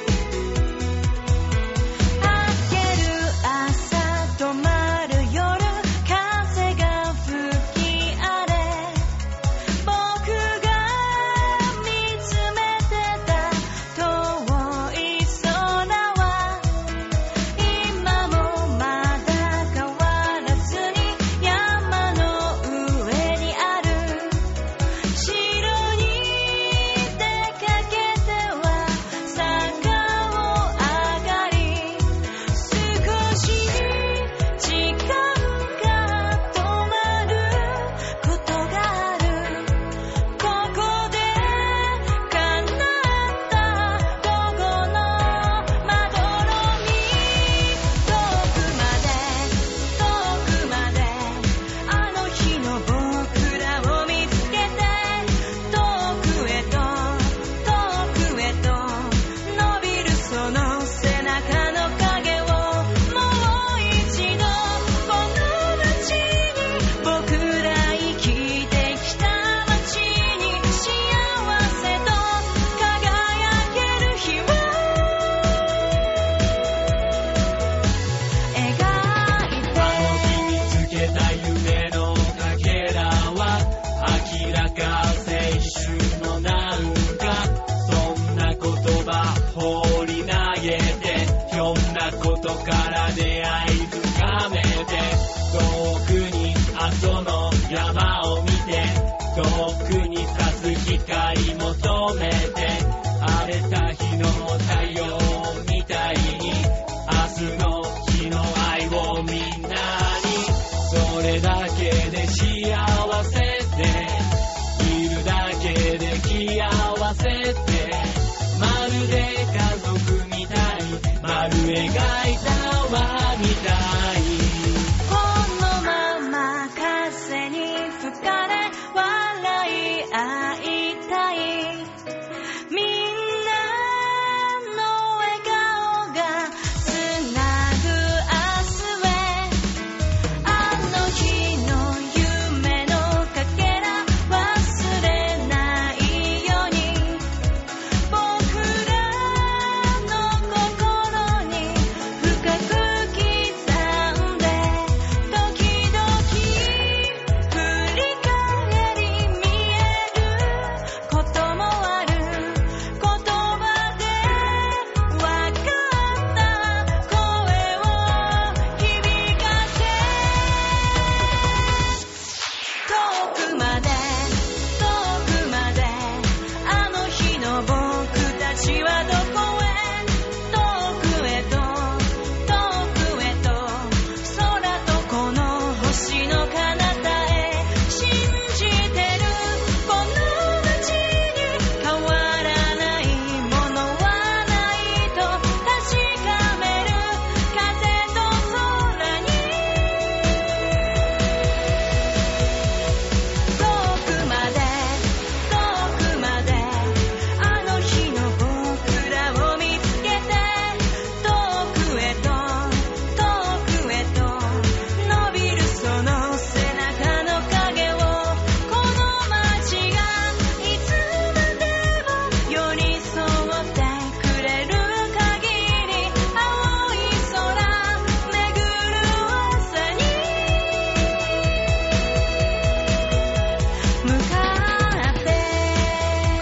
明ける朝止まる夜風が吹き荒れ僕が見つめてた遠い空は今もまだ変わらずに山の上にある城に出かけては坂を上がり少し時間が止まることがあるここで叶った午後のまどろみ遠くまで遠くまであの日の僕らを見つけて遠くへと遠くへと伸びるその背中の影をもう一度この街に僕ら生きてきた街に幸せと輝ける日を描いて見つけた夢のかけらは明らか青春のなんかそんな言葉放り投げてひょんなことから出会い深めて遠くに阿蘇の山を見て遠くに差す光求めて荒れた日の太陽みたいに明日の日の愛をみんなにそれだけで幸せでいるだけで幸せでまるで家族みたい丸描いた輪みたいこのまま風に吹かれ笑い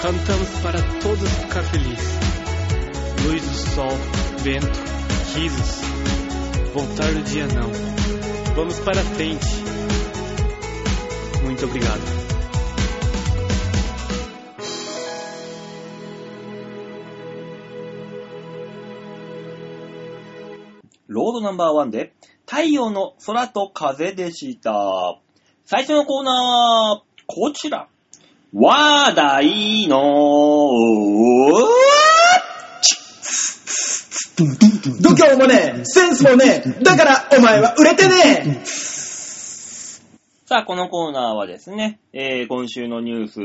cantamos para todos ficar felizes. Luz do sol, vento, risos. Voltar o dia não. Vamos para frente. Muito obrigado. ロードナンバーワンで、太陽の空と風でした。最初のコーナーは、こちら。話題の、度胸もねえ、センスもねえ、だからお前は売れてねえさあ、このコーナーはですね、えー、今週のニュース、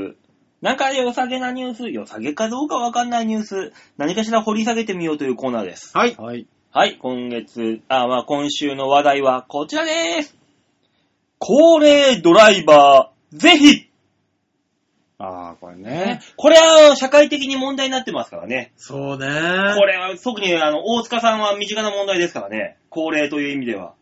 なんか良さげなニュース、良さげかどうかわかんないニュース、何かしら掘り下げてみようというコーナーです。はい。はい。はい、今月、あ、まあ今週の話題はこちらでーす。高齢ドライバー、ぜひ、ああ、これね。これは社会的に問題になってますからね。そうね。これは特にあの、大塚さんは身近な問題ですからね。高齢という意味では。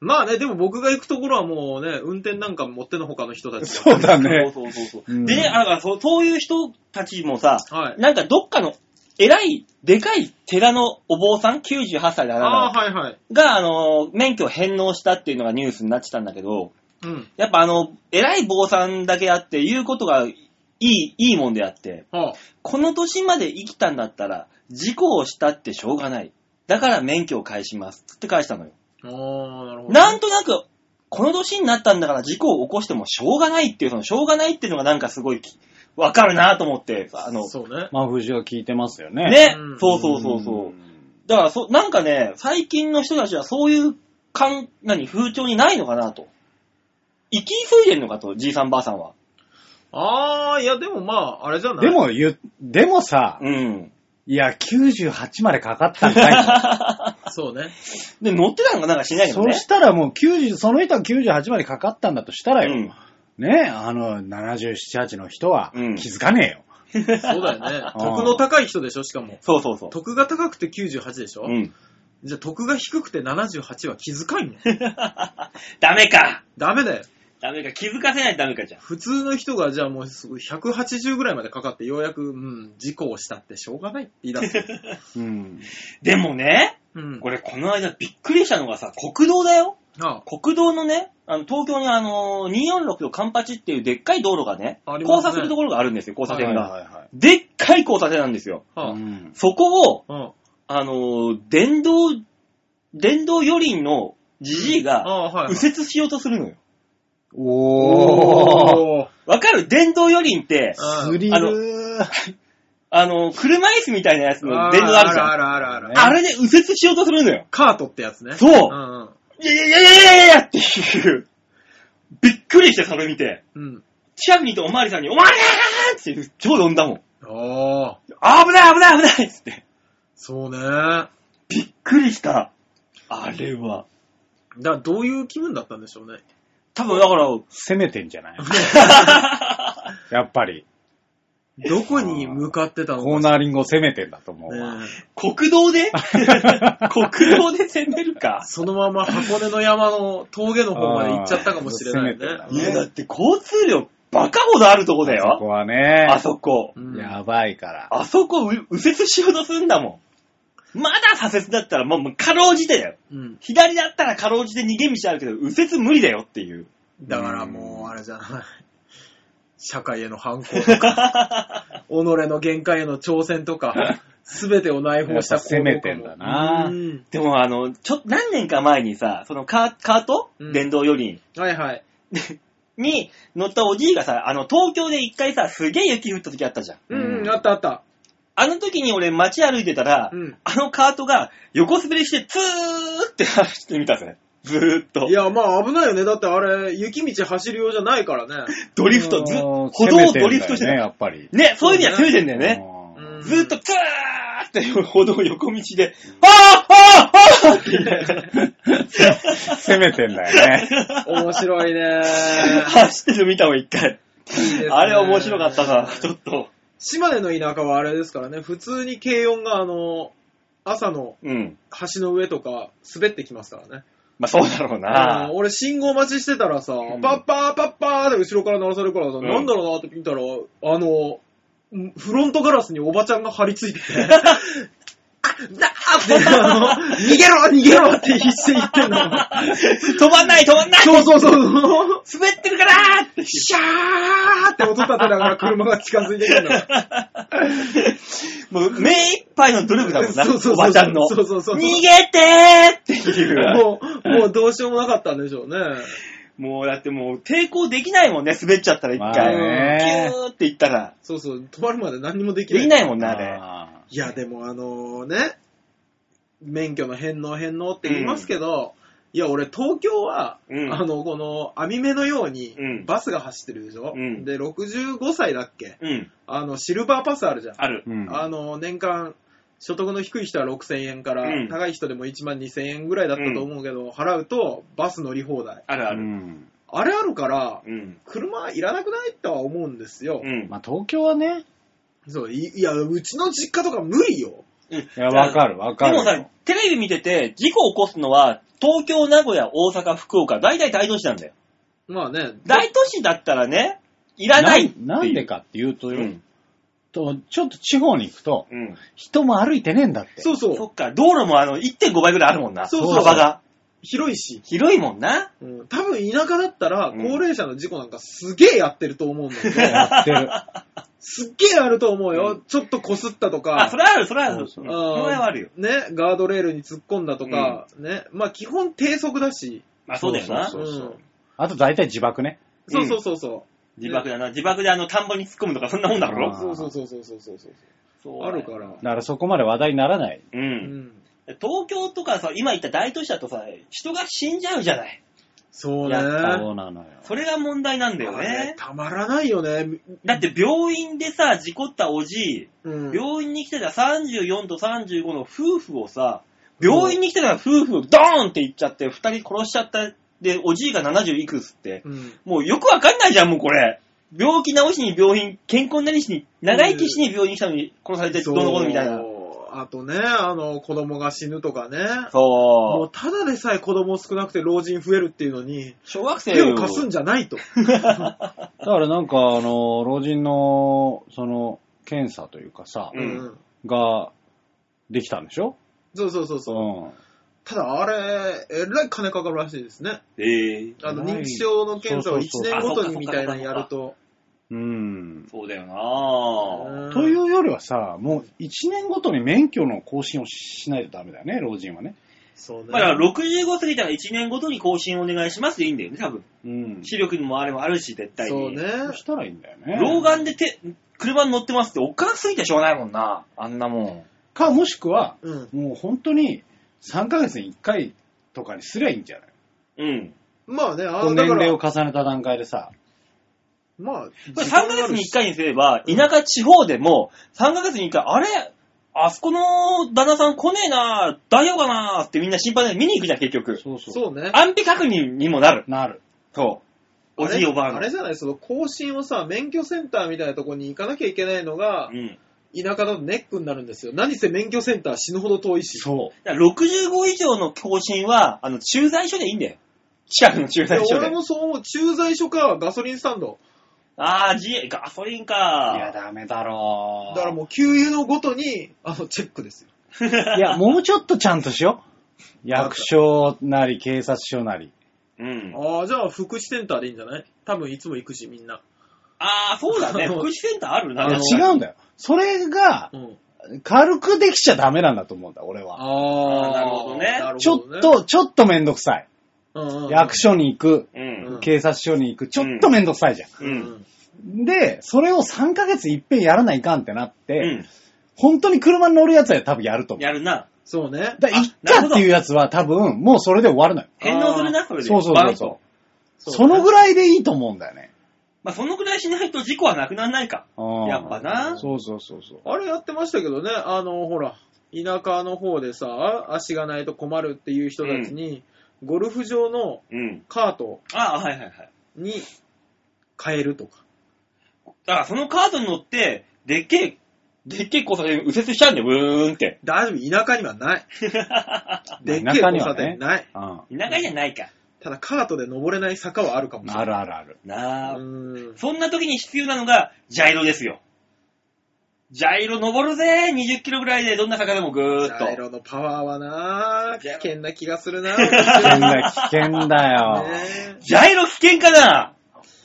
まあね、でも僕が行くところはもうね、運転なんか持っての他の人たち。そうだそうね。そうそうそう。うんでね、あだからそうそういう人たちもさ、はい。なんかどっかの偉い、でかい寺のお坊さん、98歳だああ、な、はいはい。が、あの、免許を返納したっていうのがニュースになってたんだけど、うん。やっぱあの、偉い坊さんだけあって、言うことがいい、いいもんであって、はあ。この年まで生きたんだったら、事故をしたってしょうがない。だから免許を返します。って返したのよ。ああ、なるほど。なんとなく、この年になったんだから事故を起こしてもしょうがないっていう、そのしょうがないっていうのがなんかすごいき、わかるなと思って、あの、そうね。まあ、藤が効いてますよね。ねう、んそうそうそうそう。だからそ、なんかね、最近の人たちはそういう感、何、風潮にないのかなと。生き急いでんのかと、じいさんばあさんは。ああ、いやでもまあ、あれじゃないで、もゆ、でもさ、うん。いや、98までかかったんかそうね。 <laughs> で、乗ってたのかなんかしないい。けそどね。したらもう90、その人は98までかかったんだとしたらよ、うんね、あの、77、8の人はうん気づかねえそよ。。うだよね得の高い人でしょ、しかも。そうそうそう。得が高くて98でしょ、うん。 <laughs> じゃあ得が低くて78は気遣いんのダメか。 <laughs> ダメだよ。ダメか。気づかせないとダメかじゃん。普通の人がじゃあもうすぐ180ぐらいまでかかってようやく、うん、事故をしたってしょうがないって言い出す。うん。でもね、うん。これこの間びっくりしたのがさ、国道だよ。あ国道のね、あの、東京にあの、246とカンパチっていうでっかい道路がね、ありま交すね差するところがあるんですよ、交差はい点が。はでっかい交差点なんですよ。あ、はあ、いはい。うんそこを、うん。あのー電動、電動四輪のじじいあがあ、はい、はい。右折しようとするのよ。おー。おーわかる電動四輪って、うんスリルー。あのー車椅子みたいなやつの電動あるじゃん。ああるあるあるある。あれで右折しようとするのよ。カートってやつね。そううんうん。いやいやいやいやいやいやっていう。びっくりして、それ見て。うん。近くにいたおまわりさんに、おまわりさんって超呼んだもん。ああ、危ない危ない危ないっつって。そうね。だかびっくりした。あれは。らどういう気分だったんでしょうね。多分だ <laughs> から、攻めてんじゃないやっぱり、どこに向かってたのコーかナーリングを攻めてんだと思うわ。ねえ国道で <laughs> <laughs> 国道で攻めるかそのまま箱根の山の峠の方まで行っちゃったかもしれないいね。あー攻めてや、んだだっねて交通量バカほどあるとこだそこよ。はね、あそこ。うんやばいから。あそこ、う右折しようとすんだもん。まだ左折だったらもう、もうかろうじてだよ。うん。左だったらかろうじて逃げ道あるけど、右折無理だよっていう。だからもう、あれじゃない。社会への反抗とか、 <laughs> 己の限界への挑戦とか、すべてを内包したやっぱ攻めてんだなうんでもあの、ちょ、何年か前にさ、そのカーカート、うん電動四輪はいはい。に乗ったおじいがさ、あの、東京で一回さ、すげえ雪降った時あったじゃん。うん、うん、あったあった。あの時に俺街歩いてたら、うん。あのカートが横滑りしてツーって走ってみたぜ。ずーっとい。や、まあ危ないよね。だってあれ、雪道走るようじゃないからね。ドリフト、ず、あ歩の道をドリフトして攻た。めんだよね、やっぱり。ね、そういう意味は攻めてんだよね。うんずーっとツーって歩道横道で、あああああーって言いながうん攻めてんだよね。面白い <laughs> ねら走ってるの見たもん一回。あれ面白かったな、ちょっと。島根の田舎はあれですからね、普通に軽音があの、朝のうん。橋の上とか滑ってきますからね。まあそうだろうあなの。俺信号待ちしてたらさ、んパッパーパッパーって後ろから鳴らされるからさ、んなんだろうなって見たら、あの、うんフロントガラスにおばちゃんが張り付いてて、 <laughs> あ、だーって、あの、逃げろ逃げろって必死で言ってんの。止まんない、止まんないそうそうそうそう。滑ってるからーって。シャーって音立てながら車が近づいてくるの。もう、目いっぱいの努力だもんな、そうそうそうおばちゃんの。そうそうそう逃げてーっていう。 <laughs> もう、もうどうしようもなかったんでしょうね。もう、だってもう、抵抗できないもんね、滑っちゃった <laughs> ら一ま回。あキねューっていったら。そうそう、止まるまで何にもできでない。きないもんな、あれ。あいや、でもあのね、免許の返納返納って言いますけど、いや、俺東京は、うんあの、この網目のようにうんバスが走ってるでしょ、うんで、65歳だっけうん、あの、シルバーパスあるじゃん。あるー。うん。あの、年間、所得の低い人は6000円から、うん高い人でも1万2000円ぐらいだったと思うけど、払うとバス乗り放題。あるあうる。んあれあるから、うん。車いらなくないとは思うんですよ。うん。まあ東京はね、そういいや、うちの実家とか無理よ。いや、わかるわかでる。もさ、テレビ見てて、事故を起こすのは、東京、名古屋、大阪、福岡、大体大都市なんだよ。まあね。大都市だったらね、いらないっていうなんで。かっていうとうよ、ん。とちょっと地方に行くと、うん。人も歩いてねえんだって。そうそう。そっか、道路もあの、1.5倍ぐらいあるもんな。そうそう幅が。広いし。広いもんな。うん、多分田舎だったら、うん高齢者の事故なんかすげえやってると思うんだけど、やってる。すっげえやると思うよ。うちょっと擦ったとか。あ、それはある、それはある。そうんうそそうれはあるよ。ね、ガードレールに突っ込んだとか、ね、まあ基本低速だし、 <laughs> まあそうだよな。そうそううんあと大体自爆ね。そうそうそうそ自爆だな。自爆であの、田んぼに突っ込むとか、そんなもんだう、ろあーそうそうそうそうそうそうそう、そうあるから、だからそこまで話題にならない。う。うんん、東京とかさ、今言った大都市だとさ、人が死んじゃうじゃない。そうねやっそうなのよ。それが問題なんだよあれね。たまらないよね、だって病院でさ、事故ったおじい、うん、病院に来てた34と35の夫婦をさ、病院に来てた夫婦をドーンって行っちゃって、二人殺しちゃった。で、おじいが70いくつって。うん、もうよくわかんないじゃん、もうこれ。病気治しに病院、健康になりしに、長生きしに病院に来たのに殺されてどうのこうのみたいな。そうあとね、あの、子供が死ぬとかね。もそうただでさえ子供少なくて老人増えるっていうのに、う。小学生手を貸すんじゃないと。だからなんか、あの、老人の、その、検査というかさ、うんが、できたんでしょそうそうそうそう。うただあれ、えらい金かかるらしいですね。ええあの、はい認知症の検査を1そうそうそう年ごとにみたいなのやると。ん。うん。そうだよなぁ。んというよりはさ、もう1年ごとに免許の更新をしないとダメだよね、老人はね。そうね。まあだから65過ぎたら1年ごとに更新お願いしますでいいんだよね、多分。うん。視力にもあれもあるし、絶対に。そうね。そしたらいいんだよね。老眼で手、車に乗ってますって、おっかなすぎてしょうがないもんな。あんなもん。か、もしくは、うん。もう本当に3ヶ月に1回とかにすりゃいいんじゃないうん。まあね、あこうだ年から齢を重ねた段階でさ。まあ、これ時3間ヶがあ月るにし1回にすれば、田舎地方でも、3ヶ月に1回、あれあそこの旦那さん来ねえな大丈夫かなってみんな心配で見に行くじゃん、結局。そうそう。そうね。安否確認にもなる。なる。そう。おあじれいおばああの。れじゃない、その更新をさ、免許センターみたいなとこに行かなきゃいけないのがう、ん。田舎だとネックになるんですよ。何せ免許センター死ぬほど遠いし。そだから65以上の更新は、あの、駐在所でいいんだよ。近くの駐在いや所俺で。もそう思う。駐在所かガソリンスタンド。ああ、G、ガソリンう。か。いや、ダメだろだからもう給油のごとに、あの、チェックですよ。いや、もうちょっとちゃんとしよう。役所なり、警察署なり。 <laughs> うん。ああ、じゃあ福祉センターでいいんじゃない多分いつも行くし、みんな。ああ、そうだね。福祉センターあるな。いやあの違うんだよ。それがう、ん。軽くできちゃダメなんだと思うんだ、俺は。ああーなるほどねちょっ、と、ちょっとめんどくさい。うんうん、役所に行く、うん。警察署に行く、ちょっとめんどくさいじゃん。う。うんん。で、それを3ヶ月いっぺんやらないかんってなって、うん。本当に車に乗るやつは多分やると思う。やるな。そうね。だから、いっかっていうやつは多分、もうそれで終わるのよ。返納するな、それで。そうそうバンそうとそう。そうねそのぐらいでいいと思うんだよね。まあ、そのくらいしないと事故はなくならないか。うんやっぱなそうそうそうそう。あれやってましたけどね、あの、ほら、田舎の方でさ、足がないと困るっていう人たちに、ゴルフ場のうん。カートああ、はいはいはい。に変えるとか。だから、そのカートに乗って、でっけえ、でっけえ交差点右折しちゃうんだよ、ブーンって。大丈夫、田舎には <laughs> ない。でっけえ中交には差ね点ない。うん。田舎じゃないか。ただカートで登れない坂はあるかもしれない。あるあるある。なあ、うーんそんな時に必要なのが、ジャイロですよ。ジャイロ登るぜ !20 キロぐらいでどんな坂でもぐジーっャイと。ロのパワーはな危険な気がするな危険だ、危険だ <laughs> よ。 <laughs> ねジャイロ危険かな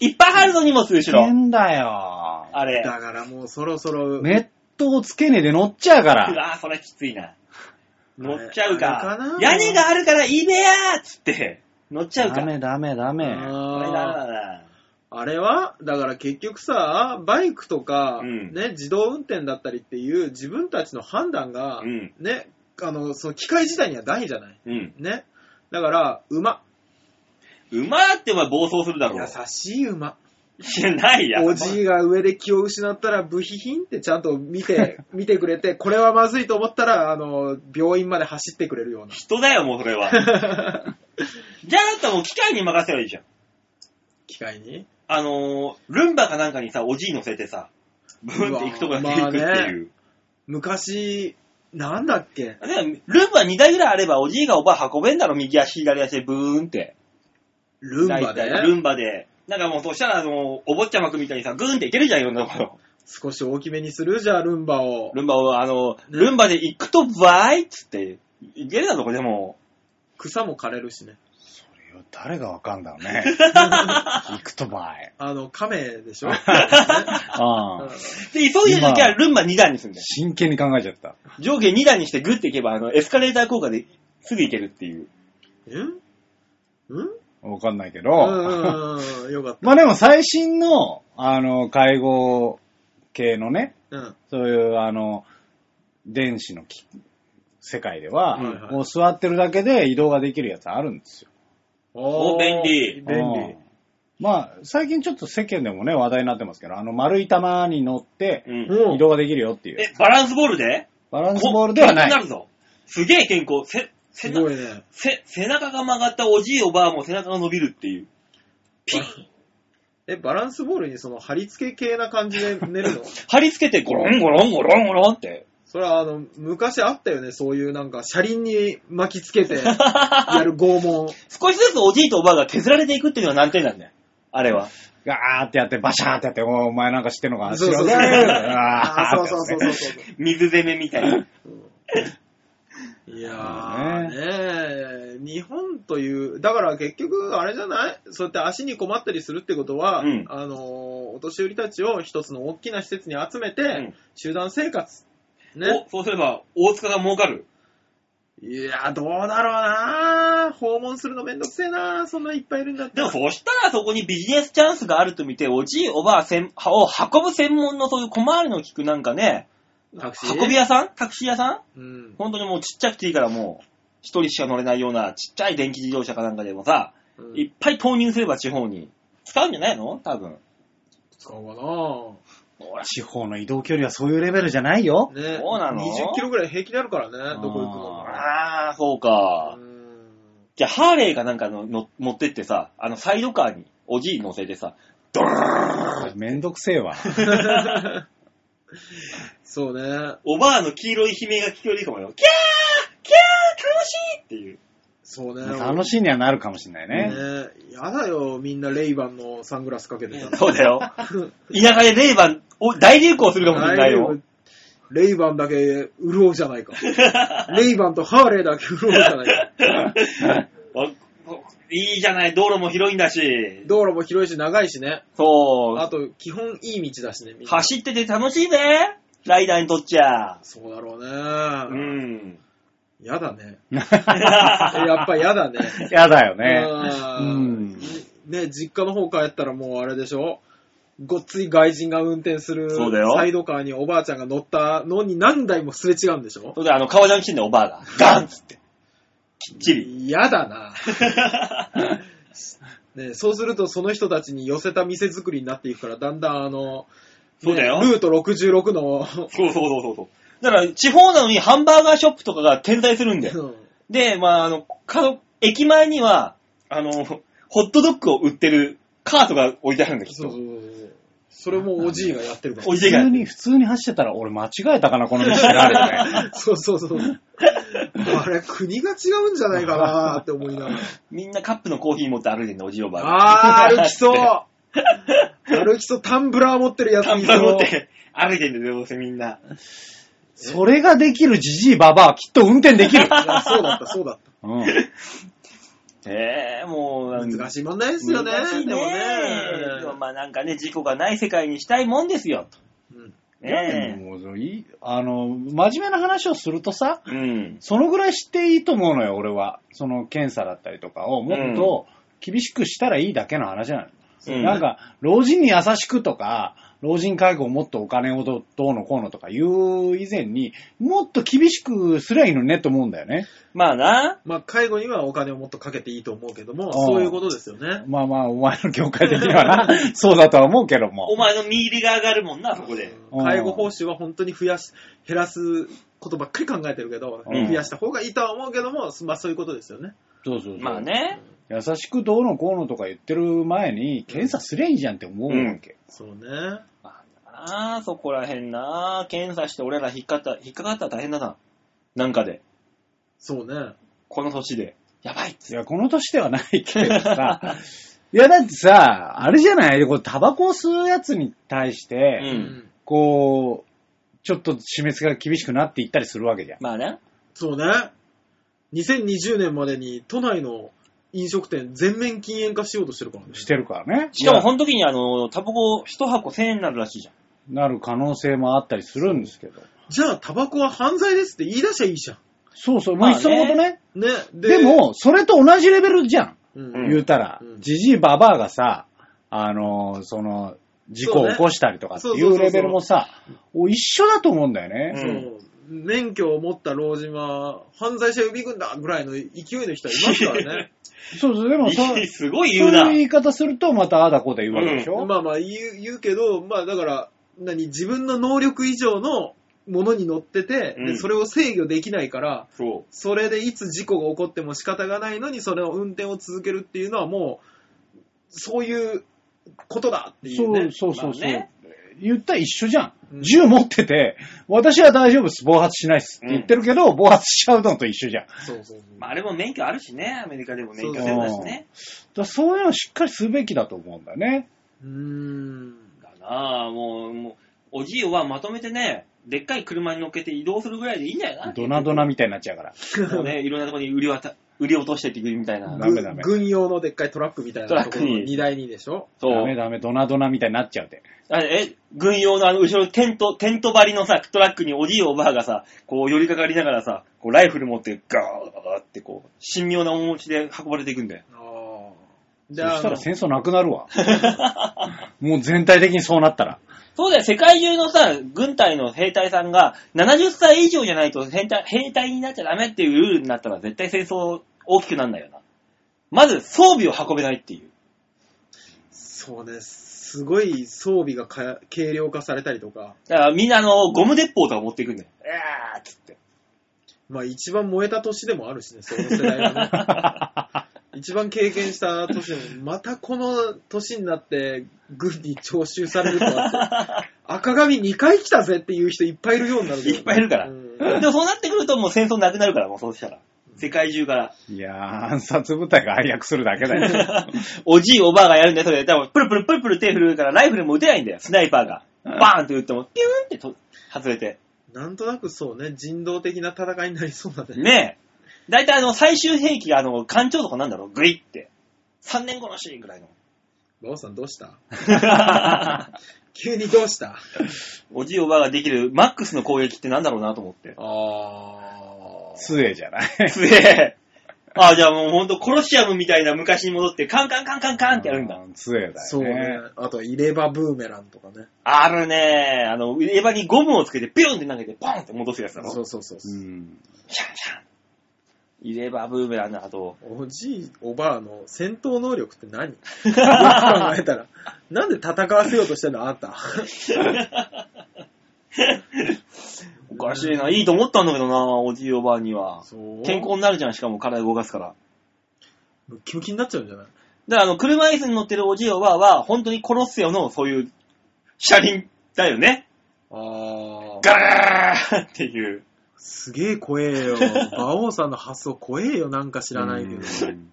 いっぱい入るぞ荷物危後ろ。険だよ。あれ。だからもうそろそろ、ネットをつけねえで乗っちゃうかうら。わー、それきついな。乗っちゃうあれかかな。屋根があるからいいべやーっつって、乗っちゃうか。ダメダメダメ。これダメあだな。ーあれはだから結局さ、バイクとか、うんね、自動運転だったりっていう自分たちの判断が、うん。ね、あの、その機械自体にはないじゃない。うん。ね。だから、馬。馬ってお前暴走するだろ。優しい馬。いや、ないや。おじいが上で気を失ったら、部品ってちゃんと <laughs> 見て、見てくれて、これはまずいと思ったら、あの、病院まで走ってくれるような。人だよ、もうそれ <laughs> は。じゃあ、あなたもう機械に任せればいいじゃん。機械にあのー、ルンバかなんかにさ、おじい乗せてさ、ブンって行くとこやって行くってうわまあいう。昔、なんだっけでもルンバ2台ぐらいあれば、おじいがおばあ運べんだろ、右足、左足でブーンって。ルンバで大体ルンバで。なんかもう、そしたら、あの、お坊ちゃまくんみたいにさ、グーンっていけるじゃん、いろんなところ。少し大きめにするじゃあ、ルンバを。ルンバを、あの、ルンバで行くと、バーイっつって、いけるだろ、これでも。草も枯れるしね。誰がわかんだろうね。行くとばい。あの、亀でしょ、ねああ。で、急いでるときはルンバ2段にするんだよ。真剣に考えちゃった。上下2段にしてグッていけば、あの、エスカレーター効果ですぐ行けるっていう。 <laughs> うんうんわかんないけうんうど。んうんうんよかっまあでも最新の、あの、介護系のね、た。うん。そういう、あの、電子のき世界では、はいはいもう座ってるだけで移動ができるやつあるんですよ。おー便利便うん利。まあ、最近ちょっと世間でもね、話題になってますけど、あの、丸い玉に乗ってう、ん。うん移動ができるよっていう。え、バランスボールでバランスボールではな。こ健康にないるぞ。すげえ健康。せ、背す中ごいね。せ、背中が曲がったおじいおばあも背中が伸びるっていう。ピッえ、バランスボールにその貼り付け系な感じで寝 <laughs> るの貼り付けてゴロンゴロンゴロンゴロンって。それはあの、昔あったよね、そういうなんか、車輪に巻きつけ <laughs> て、やる拷問。少しずつおじいとおばあが削られていくっていうのは難点なんだよ。あれは。ガーってやって、バシャーってやって、おお前なんか知ってんのか。そうそうそう知らねえよあーそうそうそうそううわーってやってそねうそう。水攻めみたいな。いやー、ねえ、日本という、だから結局、あれじゃないそうやって足に困ったりするってことは、うんあのーお年寄りたちを一つの大きな施設に集めて、ん集団生活。ね。 <laughs> おそうすれば、大塚が儲かる。いやー、どうだろうなー。訪問するのめんどくせえなー。そんないっぱいいるんだって。でもそしたらそこにビジネスチャンスがあると見て、おじいおばあせんを運ぶ専門のそういう小回りの効くなんかね、タクシー運び屋さんタクシー屋さんうん。本当にもうちっちゃくていいからもう、一人しか乗れないようなちっちゃい電気自動車かなんかでもさ、うんいっぱい投入すれば地方に。使うんじゃないの多分。使うかな地方の移動距離はそういうレベルじゃないよ。ね。そうなの ?20 キロぐらい平気になるからね、どこ行くの <laughs> も。ああ、そうか。うんじゃあ、ハーレーかなんかのの持ってってさ、あの、サイドカーに、おじい乗せてさ、めんどくせえわ。そうね。おばあの黄色い悲鳴が聞こえるかもよ。キャーキャー楽しいっていう。そうね。楽しいにはなるかもしれないね。ねえ、やだよ、みんなレイバンのサングラスかけてた <laughs> ら。そうだよ。田舎でレイバン、お大流行するかもしれないよ。レイバンだけ潤うじゃないか。レイバンとハーレーだけ潤うじゃないか。おおいいじゃない、道路も広いんだし。道路も広いし長いしね。そう。あと、基本いい道だしね、みんな。走ってて楽しいぜライダーにとっちゃ。そうだろううね。 <laughs> ん。やだね。やっぱ <laughs> やだね。 <laughs> やだよね。ううんんね、実家の方帰ったらもうあれでしょごっつい外人が運転するそうだよサイドカーにおばあちゃんが乗ったのに何台もすれ違うんでしょそれで、あの、革ジャン着てんだよおばあが。ガンっつって。きっち <laughs> り。嫌だな、ね。そうするとその人たちに寄せた店作りになっていくから、だんだんあの、ねそうだよルート66 <laughs> の、そうそうそうそうそう。だから、地方なのにハンバーガーショップとかが点在するんだよ。うんで、まあ、あの、かの駅前には、あの、ホットドッグを売ってるカートが置いてあるんだけそうそうそど。うそう。それもおじいがやってるからお。普じいが通。に、普通に走ってたら俺間違えたかな、この道ってなる <laughs> よね。そうそうそう。 <laughs> あれ、国が違うんじゃないかなって思いながら。 <laughs> みんなカップのコーヒー持って歩いてんだ、おじいおばあが。あー、歩きそう。歩きそう、タンブラー持ってるやつタンいブそラー持っう。て歩いてんだよ、どうせみんな。それができるじじいばばあ、きっと運転 <laughs> できる。あそうだった、そうだっうん。ええもう、た。難しいしい問題ですよね。難しいねでもでもね。まあなんかね、事故がない世界にしたいもんですよ。うんねねえもういいあの、真面目な話をするとさ、え。うん。そのぐらい知っていいと思うのよ、俺は。その検査だったりとかを、もっと厳しくしたらいいだけの話なの。うんなんか、老人に優しくとか、老人介護をもっとお金をどどうのこうのとか言う以前に、もっと厳しくすりゃいいのにねと思うんだよね。まあな。まあ、介護にはお金をもっとかけていいと思うけども、んそういうことですよね。まあまあ、お前の業界的には <laughs> な、そうだとは思うけどおも。前の身入りが上がるもんな、そこで。うん介護報酬は本当に増やし、減らすことばっかり考えてるけど、うん増やした方がいいとは思うけども、まあそういうことですよね。そうそうそう。まあね。優しくどうのこうのとか言ってる前に、検査すりゃいいじゃんって思うわけ。そうね。ああ、そこらへんな。検査して俺ら引っかかった、引っかかったら大変だな。なんかで。そうね。この年で。やばいっついや、この年ではないけどさ。 <laughs> いや、だってさ、あれじゃないこう、タバコを吸うやつに対しうて、ん。こう、ちょっと締め付けが厳しくなっていったりするわけじゃん。まあね。そうね。2020年までに都内の飲食店全面禁煙化しようとしてるからね。してるからね。しかもその時にあの、タバコ一箱1000円になるらしいじゃん。なる可能性もあったりするんですけど。じゃあタバコは犯罪ですって言い出しゃいいじゃそうそう、まもあうねいっそのことね。ん。ね。でも、それと同じレベルじゃうん。んうん言うたらう、んじじいばばあがさ、あのー、その、事故を起こしたりとかってそうねいそうそううそうそうレベルもさ、お一緒だと思うんだようね。そう免許を持った老人は犯罪者予備軍だぐらいの勢いの人はいますからね。そうそう、でもそ、そうすごいい言ううな。言い方すると、またああだこうだ言うわけでしょ、まあまあ言う言うけど、まあだから、何、自分の能力以上のものに乗ってて、うんでそれを制御できないから、そそれでいつ事故が起こっても仕方がないのに、それを運転を続けるっていうのはもう、そういうことだっていうね。そうそうそうそう、まあね言ったら一緒じゃん。うん銃持ってて、私は大丈夫です、暴発しないですって言ってるけど、暴発しちゃうのと一緒じゃん。だかそうそうそうう。まああれも免許あるしね。アメリカでも免許そう制だしね。らそういうのをしっかりすべきだと思うんだよね。うーん。だなあもう、もう、おじいはまとめてね、でっかい車に乗っけて移動するぐらいでいいんだよな。ドナドナみたいになっちゃうから。もうね、いろんなとこに売り渡、売り落としてっていくみたいな。ダメダメ軍軍用のでっかいトラックみたいなところトラックのに荷台にでしょそう。ダメダメ、ドナドナみたいになっちゃうって。あえ、軍用のあの、後ろテント、テント張りのさ、トラックにおじいおばあがさ、こう寄りかかりながらさ、こうライフル持ってガーってこう、神妙な面持ちで運ばれていくんだよ。ああ。じそゃあしたら戦争なくなるわ。もう全体的にそうなったら。 <laughs> そうだよ、世界中のさ、軍隊の兵隊さんが、70歳以上じゃないと兵隊兵隊になっちゃダメっていうルールになったら、絶対戦争大きくなんないよな。まず装備を運べないっていう。そうね、すごい装備がか軽量化されたりとか、だからみんなあの、ゴム鉄砲とか持っていくん <laughs> だよ。えーっつって。まあ一番燃えた年でもあるしね、その世代 <laughs> はね。一番経験した年でも、またこの年になって軍に徴収されるとはって、赤髪2回来たぜっていう人いっぱいいるようになるけどね、いっぱいいるからうんでもそうなってくるともう戦争なくなるから、もうそうしたら。世界中から。 <laughs> いやー、暗殺部隊が暗躍するだけだ <laughs> よ。 <laughs> おじいおばあがやるんだよ、それ。多分、プルプルプルプル手振るから、ライフルも撃てないんだよ、スナイパーが。バーンって撃っても、ピューンってと外れて。なんとなくそうね、人道的な戦いになりそうだね。ねえ。大体あの、最終兵器があの、艦長とかなんだろう、グイって。3年後のシーンぐらいの。バオさんどうした急にどうしたおじいおばあができるマックスの攻撃ってなんだろうなと思って。あー。杖じゃない。すげえ。ああ、じゃあもうほんとコロシアムみたいな昔に戻って、カンカンカンカンカンってやるんだ。うん。杖だそうよねね。。あと、入れ歯ブーメランとかね。あるねあの、エヴァにゴムをつけて、ピュンって投げて、ポンって戻すやつだろ。そうそうそうそう。ん。シャンシャン。入れ歯ブーメランの <laughs> 後、おじい、おばあの戦闘能力って <laughs> 何よく考えたら。なんで戦わせようとしてんのあんた。おかしいな。いいと思ったんだけどな、おじいおばあには。そう健康になるじゃん、しかも体動かすから。ムッキムキになっちゃうんじゃないだから、あの、車椅子に乗ってるおじいおばあは、本当にコロッセオの、そういう、車輪だよね。あー。ガーっていう。すげえ怖えよ。馬王さんの発想怖えよ、なんか知らないけど。うん。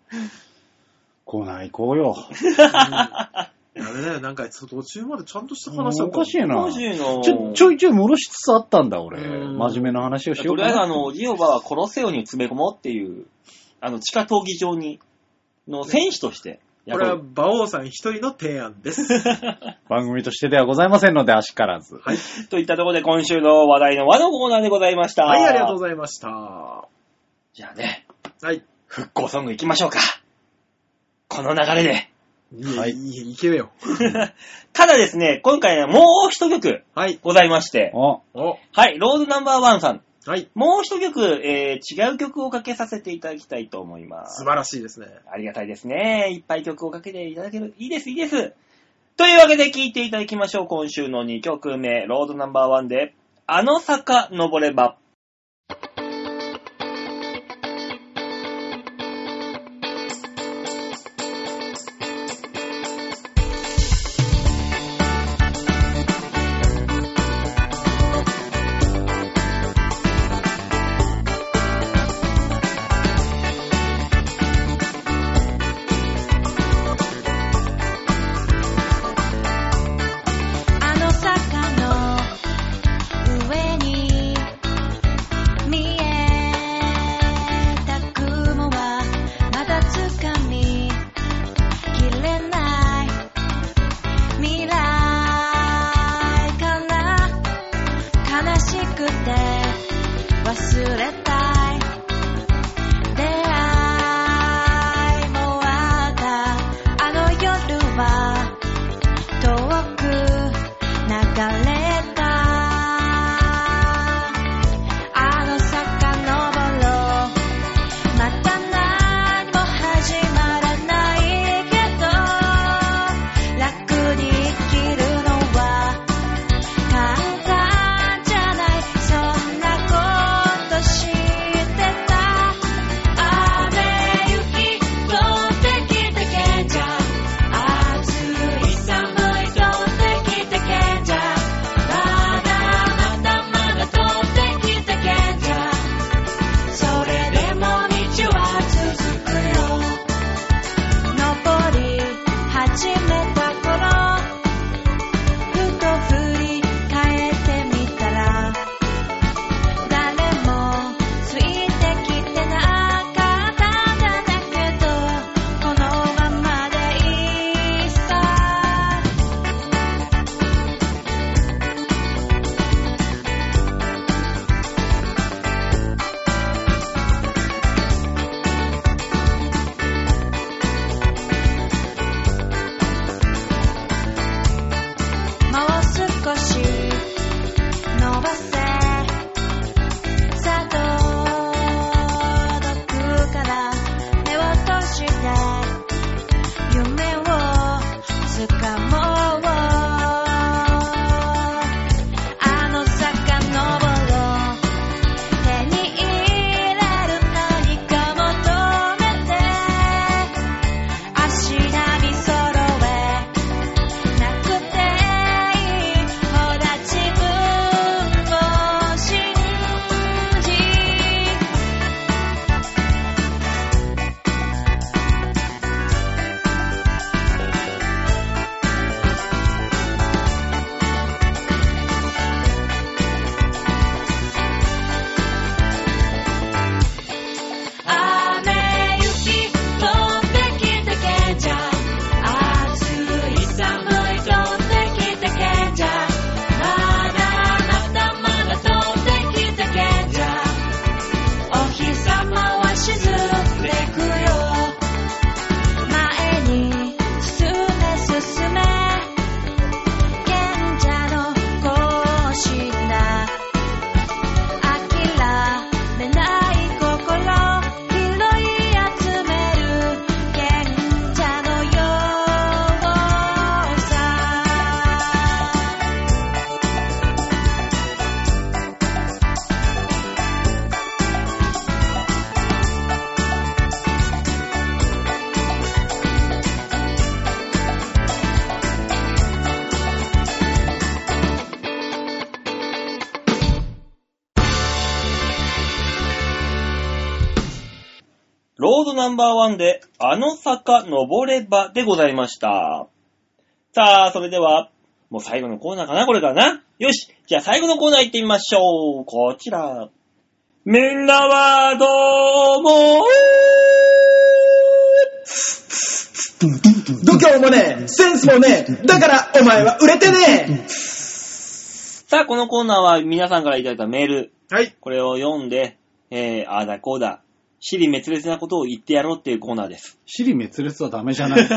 来ない、行こうよ。ダメだよ、なんか途中までちゃんとした話だおかしいな。今ち週の、ょ、ちょいちょい漏らしつつあったんだ、俺。うん真面目な話をしよとうりかあえず、な。あの、ジオバは殺せよに詰め込もうっていう、あの、地下闘技場に、の選手として、こやれはる。馬王さん一人の提案 <laughs> です。番組としてではございませんので、あしからず。といったところで、今週の話題の和のコーナーでございました。はい、ありがとうございざいました。はます。じゃあね、い。復興ソング行きましょうか。この流れで。 <laughs> いえ、はいい、いえ、いけよ。ただですね、今回はもう一曲はい。ございまして、お、お、はい、ロードナンバーワンさん、はい。もう一曲、えー違う曲をかけさせていただきたいと思います素。晴らしいですね。ありがたいですね。いっぱい曲をかけていただける。いいです、いいです。というわけで聴いていただきましょう。今週の2曲目、ロードナンバーワンで、あの坂登れば。あの坂の上に見えた雲はまだ掴みきれない未来から悲しくて忘れたい出会いもあったあの夜は遠く流れたあの坂登ろうまた何も始まらないけど楽に生きるのは簡単じゃないそんなこと知ってた雨雪飛んできたけんじゃ暑い寒い飛んできたけんじゃまだまだまだ飛んできたけんじゃそれでも道は続くよ登り始めた頃ふと振り返ってみたら誰もついてきてなかったんだけどこのままでいいさもう少し伸ばせさあ届くから目を閉じて夢をつかもうあの坂登ろう手に入れる何か求めて足並み揃えなくていいほら自分を信じ雨雪飛んできたけんじゃ暑い寒い飛んできたけんじゃまだまだまだ飛んできたけんじゃお日様は沈んでくよ前に進め進め賢者の行進だ諦めない心拾い集める賢者のようさロードナンバーワンで、あの坂登ればでございました。さあ、それでは、もう最後のコーナーかな、これからな。よし、じゃあ最後のコーナー行ってみましょう。こちら。みんなはどう思う度胸もねえ、センスもねえ、だからお前は売れてねさあ、このコーナーは皆さんからいただいたメール、はい。これを読んで、えー、あーだこうだ、死に滅裂なことを言ってやろうっていうコーナーです。尻滅裂はダメじゃない。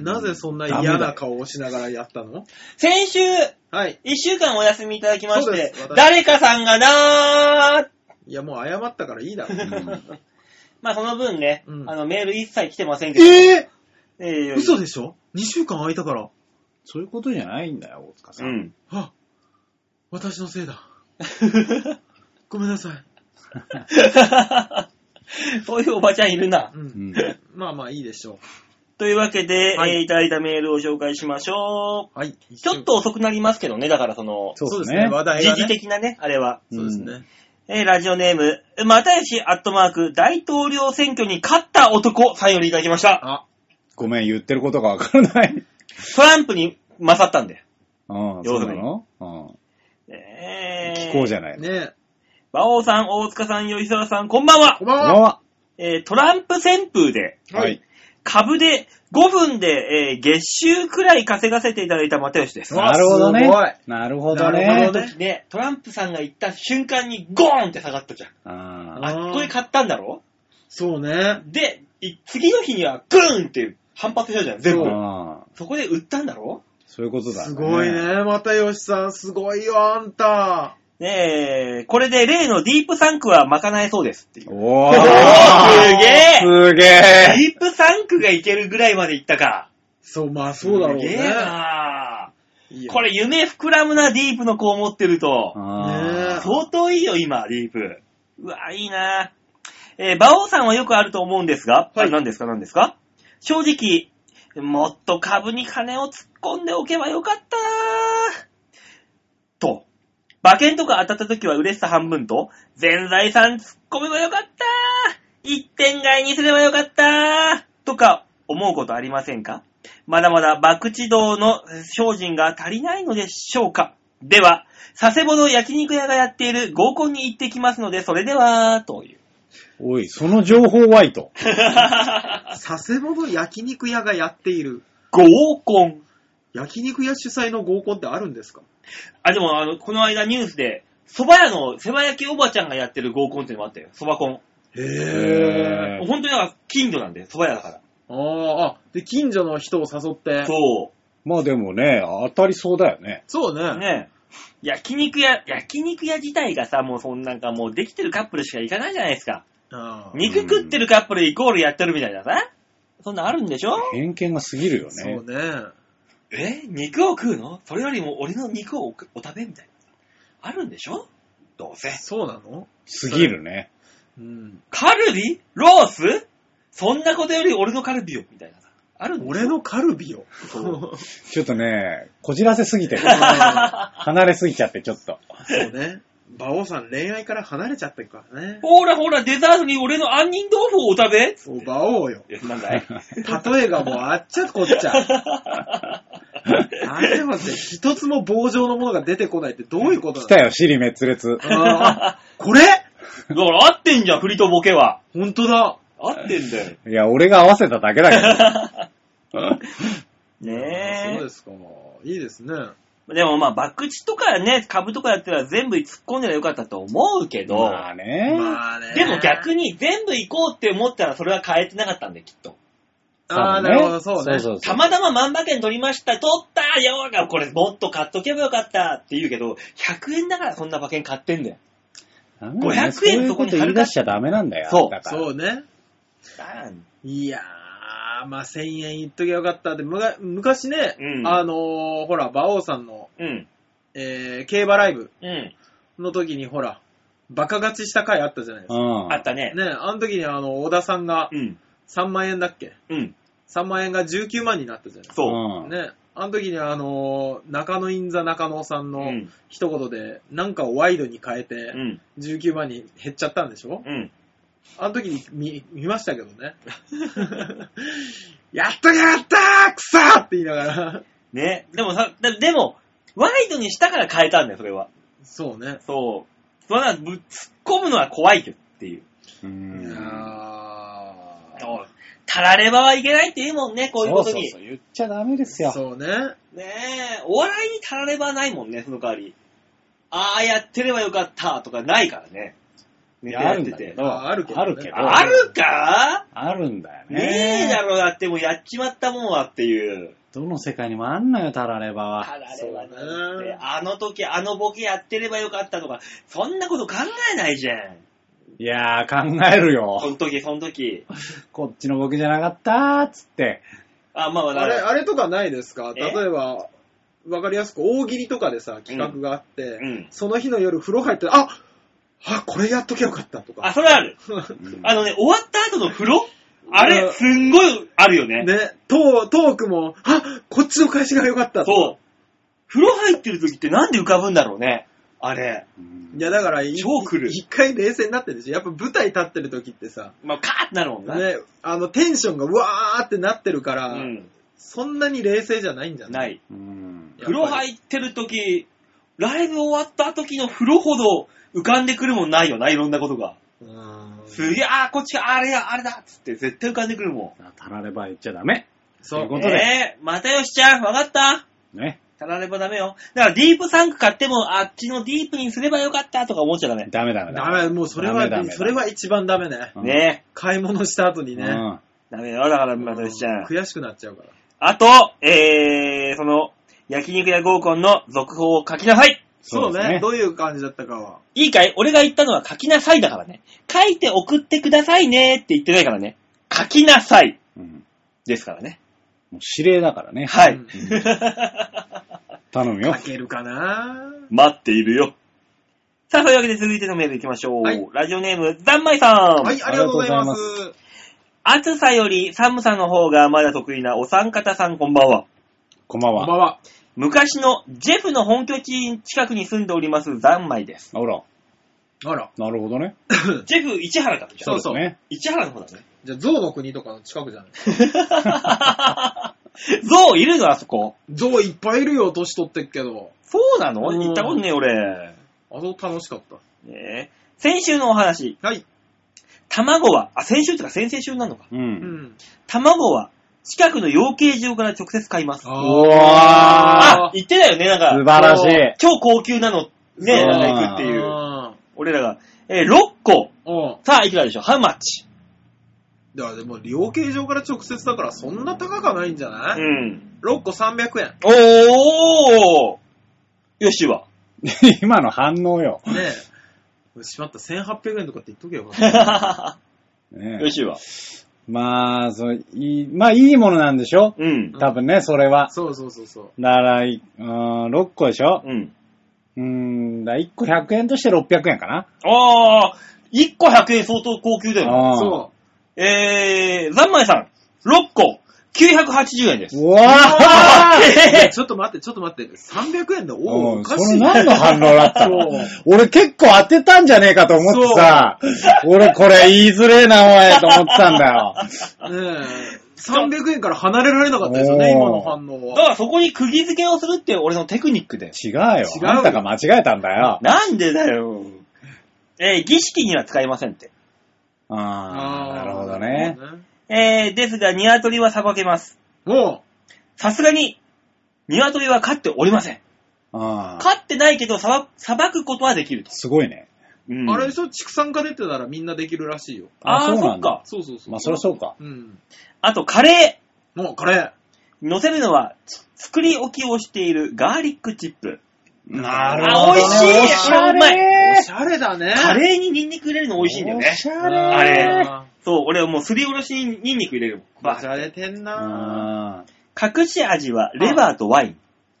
なぜそんな嫌な顔をしながらやったの先週、はい。一週間お休みいただきましそうでてす、私誰かさんがなーいや、もう謝ったからいいだろ。 <laughs> まあその分ね、うんあのメール一切来てませんけど、ええーぇ嘘でしょ ?2 週間空いたから。そういうことじゃないんだよ、大塚さ。うんん。あ、私のせいだ。ごめんなさい。 <laughs> そういうおばちゃんいるな。う。うんん <laughs> まあまあいいでしょというわけで、はいえーいただいたメールを紹介しましょう。はい。う。ちょっと遅くなりますけどね、だからその、そそううでですすね、ね。話題時が事ね。的なね、あれは。そうですね。えーラジオネーム、又吉アットマーク、大統領選挙に勝った男さんよりいただきました。あ、ごめん、言ってることがわからない。トランプに勝ったんで。うん、そうなのうん。えー、聞こうじゃないの。ね馬王さん、大塚さん、吉沢さん、こんばんはこん。ばんこんばんは。は。えートランプ旋風で、はい。株で5分で、えー月収くらい稼がせていただいた又吉です。うわなるほどすごいね。なるほどなるねほど。ねねトランプさんが言った瞬間にゴーンって下がったじゃん。ああーあ、これ買ったんだろそうね。で、い次の日にはグーンって反発したじゃん、全ー部。あー。そこで売ったんだろそういうことだ。すごい。ね。またよしさん、すごいよ、あんた。ねえ、これで例のディープサンクは賄えそうですっていう。おおー。ーすげすげええディープサンクがいけるぐらいまでいったか。そう、まあそうだろうすげえね。なこれ。れ夢膨らむな、ディープの子を持ってると。あー相当いいよ、今、ディープ。うわ、いいなえー、馬王さんはよくあると思うんですが、はいあ何ですか、何ですか正直、もっと株に金を突っ込んでおけばよかったなと。馬券とか当たった時は嬉しさ半分と、全財産突っ込めばよかった一点買いにすればよかったとか思うことありませんかまだまだ博打道の精進が足りないのでしょうかでは、佐世保の焼肉屋がやっている合コンに行ってきますので、それでは、という。おい、その情報はいと。佐世保の焼肉屋がやっている。合コン焼肉屋主催の合コンってあるんですかあ、でも、あの、この間ニュースで、蕎麦屋の世話焼きおばちゃんがやってる合コンっていうのもあったよ。蕎麦コン。へ本当になんか近所なんで、蕎麦屋だかあーあ、で、近所の人を誘ってら。。そまあでもね、当たりそうだよね。そうう。ね。ね焼肉屋、焼肉屋自体がさ、もうそんなんかもうできてるカップルしか行かないじゃないですか。あー肉食ってるカップルイコールやってるみたいなさ。そんなんあるんでしょ偏見が過ぎるよそねう。ね。え肉を食うのそれよりも俺の肉をおお食べみたいな。あるんでしょどうせ。そうなの過ぎるね。うん。カルビロースそんなことより俺のカルビよみたいなさ。あるんでし俺ょのカルビを。そうちょっとね、こじらせすぎてる。離れすぎちゃって、ちょっと。そうね。馬王さん恋愛から離れちゃってるからね。ほらほら、デザートに俺の杏仁豆腐をお食べそう、馬王よ。えなんだい例えがもうあっちゃこ <laughs> っちゃ。あっちゃこっちゃ。一つも棒状のものが出てこないってどういうこと <laughs> 来なたよ、尻滅裂。のあーこれだから合ってんじゃん、振りとボケは。本当だ。合ってんだよ。いや、俺が合わせただけだけど。ねそうえですか。いいですね。。でもまあ、博打とかね、株とかやってたら全部突っ込んでりゃよかったと思うけど、まあね。まあね。でも逆に全部行こうって思ったらそれは変えてなかったんで、きっと。ああ、なるほど、そうね。そうそうそたうまたま万馬券取りました、取ったよがこれもっと買っとけばよかったって言うけど、100円だからそんな馬券買ってんだよ。ダメだ500ね円そういうそここにと言い出しちゃダメなんだよ。そうだからそうね。いやー、まあ、1000円いっときゃよかったって、むが昔ね、うんあのー、ほら、馬王さんの、うん。えー、競馬ライブうん。の時に、ほら、バカ勝ちした回あったじゃないですうん。あったねか。。ね、あの時に、あの、小田さんがうん。 3万円だっけうん。 ?3 万円が19万になったじゃないですそう。か。んね、あの時に、あのー、中野インザ中野さんうのん。一言で、なんかをワイドに変えてう、ん。 19万に減っちゃったんでしょうん。あの時に見、見ましたけどね。やっときゃやったーくそーって言いながら。ね。でもさ、だでも、ワイドにしたから変えたんだよ、それは。そうね。そう。そんな、ぶ突っ込むのは怖いよっていう。ういやん。ーたらればはいけないって言うもんね、こういうことに。そうそうそう、言っちゃダメですよ。そうね。ねえ、お笑いにたらればはないもんね、その代わり。ああ、やってればよかったとかないからね。ネタややるっんてだけて。ど。ああるけどねあるけど。あるかあるんだよね。ねえだろ、だってもうやっちまったもんはっていう。どの世界にもあんのよ、タラレバは。たらればなそんうてね、あの時あのボケやってればよかったとか、そんなこと考えないじゃん。いやー、考えるそよ。の時、その時。こっちのボケじゃなかったー、つって。あ、まあまあ、あれ、だかあれとかないですかえ例えば、わかりやすく大喜利とかでさ、企画があって、らうん。その日の夜風呂入って、ああ、これやっときゃよかったとあ、か。それある。 <laughs> うんあのね、終わった後の風呂あうれ、んすんごいあるよね。ね、トートークも、あこっちの返しがよかったとかそう。風呂入ってる時ってなんで浮かぶんだろうね。あれ。うんいや、だから、い超来る一回冷静になってるし、やっぱ舞台立ってる時ってさ、まあ、カーってなるもんな。ね、あの、テンションがうわーってなってるから、うん。そんなに冷静じゃないんじゃなないい。うん風呂入ってる時、ライブ終わった時の風呂ほど浮かんでくるもんないよな、いろんなことが。うーんすげえ、あー、こっちがあれや、あれだっつって絶対浮かんでくるもタラレバ言っちゃダメ。そというこん。とでえー、またよしちゃん、わかったね。たらればダメよ。だからディープサンク買っても、あっちのディープにすればよかったとか思っちゃダメ。ダメダメダメ、もうそれは、ダメダメそれは一番ダメね。うんね買い物した後にうね。ん。え、ダメよ、だからまたよしちゃん。悔しくなっちゃうから。あと、えー、その、焼肉や合コンの続報を書きなさい。そうですねどういう感じだったかは。いいかい俺が言ったのは書きなさいだからね。書いて送ってくださいねって言ってないからね。書きなさいうんですからね。もう指令だからね。はういん。頼むよ書。けるかな <laughs> 待っているよ。さあ、そういうわけで続いてのメールいきましょう。はいラジオネーム、ざんまいさん。はい、ありがとうございます。暑さより寒さの方がまだ得意なお三方さんこんばんは。こんばんこんばは。んは。昔のジェフの本拠地近くに住んでおります、ざんまいです。あら、あら。 <laughs> なるほどね。ジェフ市原だったじゃんそうそうですね。市原の方だね。 <laughs> じゃあ、象の国とかの近くじゃないゾウいるのあそこ。象いっぱいいるよ、年取ってっけど。そうなのうん行ったことねえ俺。あそこ楽しかった。ねえ先週のお話、はい。卵は、あ、先週とか先々週なのか。う。うんん。卵は近くの養鶏場から直接買います。あーうわあ、言ってたよね、なん素か。晴らしい。超高級なの、ね、そうなんか行くっていう。あ俺らが。えー6個。ーうん。さあ、いくらでしょうハウマッチ。だからでも、養鶏場から直接だからそんな高くはないんじゃうない、ん。 ?6 個300円。おーよし <laughs> は。 <laughs> 今の反応よ。ねえ。 <laughs> しまった、1800円とかって言っとけ <laughs> よ。ねよしは。まあ、そう、いい、まあいいものなんでしょうん。多分ね、それは。そうそうそうそう。だから、いうん、6個でしょうん。うーん、だ1個100円として600円かな。あー、1個100円相当高級だよね。あーそえー、ざんまいさん、6個、980円です。うわあー <laughs> う。 <laughs> ーちょっと待って、ちょっと待って。300円で、おお、うおん、かそしれいな。何の反応だったの俺結構当てたんじゃねえかと思ってさ、俺これ言いづれえな、おい、と思ってたんだよ。ねえ。300円から離れられなかったですよね、おー今の反応だは。からそこに釘付けをするって俺のテクニックだよ。違うよ。違うよあんたが間違えたんだよ。なんでだよ。えー儀式には使いませんって。ああ、なるほなどるね。ほどね。えー、ですが、鶏はさばけます。もさすがに、鶏は飼っておりません。ああ、飼ってないけど、さば、さばくことはできると。すごいね。うう、んあれでしょ、畜産家出てたらみんなできるらしいよ。あー、そうそなっんだか。そうそうそう。まあそりゃそうか。うん。あと、カレー。もう、カレー。乗せるのは、つ作り置きをしているガーリックチップ。なあ美味しいおしゃれこれうまおしゃれだね。カレーにニンニク入れるの美味しいんだよねお。しゃれあれあそう、俺はもうすりおろしにニンニク入れるもん。ーおしゃれてんなあ隠し味はレバーとワイン。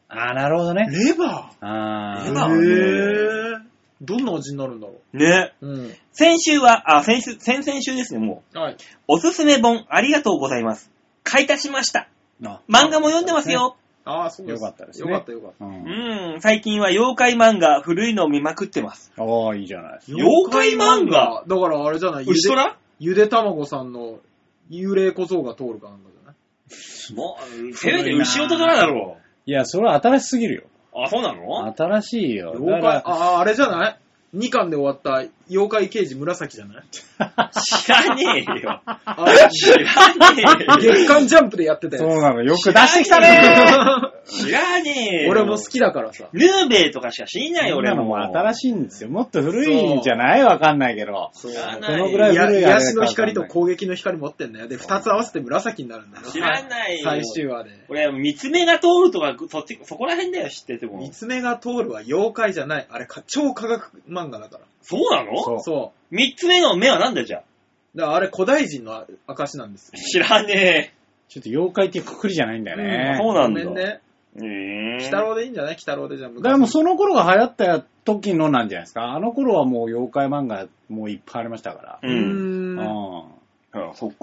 あ、なるほどね。レバあーあ、レババーーへーどんな味になるんだろね。う。うん。先週は、あ、先週、先々週ですね、もはい。う。おすすめ本ありがとうございます。買い足しました。あ漫画も読んでますよ。ああ、そうです。よかったですねよかったよかった。うんうん、最近は妖怪漫画古いのを見まくってます。ああ、いいじゃないですか。妖怪漫画だからあれじゃない、ゆで牛虎ゆで卵さんの幽霊小僧が通るかなんかじゃないもう、せめて牛音からだろう。いや、それは新しすぎるよ。あ、そうなの新しいよ。妖怪、あ、あれじゃない ?2 巻で終わった妖怪刑事紫じゃない知らねえよ。あれ知らねえよ。 <laughs> 月刊ジャンプでやってた <laughs> そうやなの。よく出してき <laughs> たねつ。知らねえよ。 <laughs> 俺も好きだからさ。ヌーベイとかしか知んないよ、俺俺のもも。新しいんですよ。もっと古いんじゃないわかんないけど。そう知らどのないぐらいや古いあ癒れだしかのわかんない光と攻撃の光持ってんだよ。で、二つ合わせて紫になるんだよ。知らないよ最終話で。俺、三つ目が通るとか、そっち、そこら辺だよ、知ってても三。つ目が通るは妖怪じゃない。あれか、超科学漫画だかそうなそのうら。そ三つ目の目はなんだよじゃあ。う。だからあれ古代人の証なんですよ。知らねちょっと妖怪っていうくくりじゃないんだよえ。ね。そうなんだ。ごめんね。えー鬼太郎でいいんじゃない鬼太郎でじゃあだからもうその頃が流行った時のなんじゃないですか。あの頃はもう妖怪漫画もういっぱいありましたから。ううー。ん。うんん。あそっか。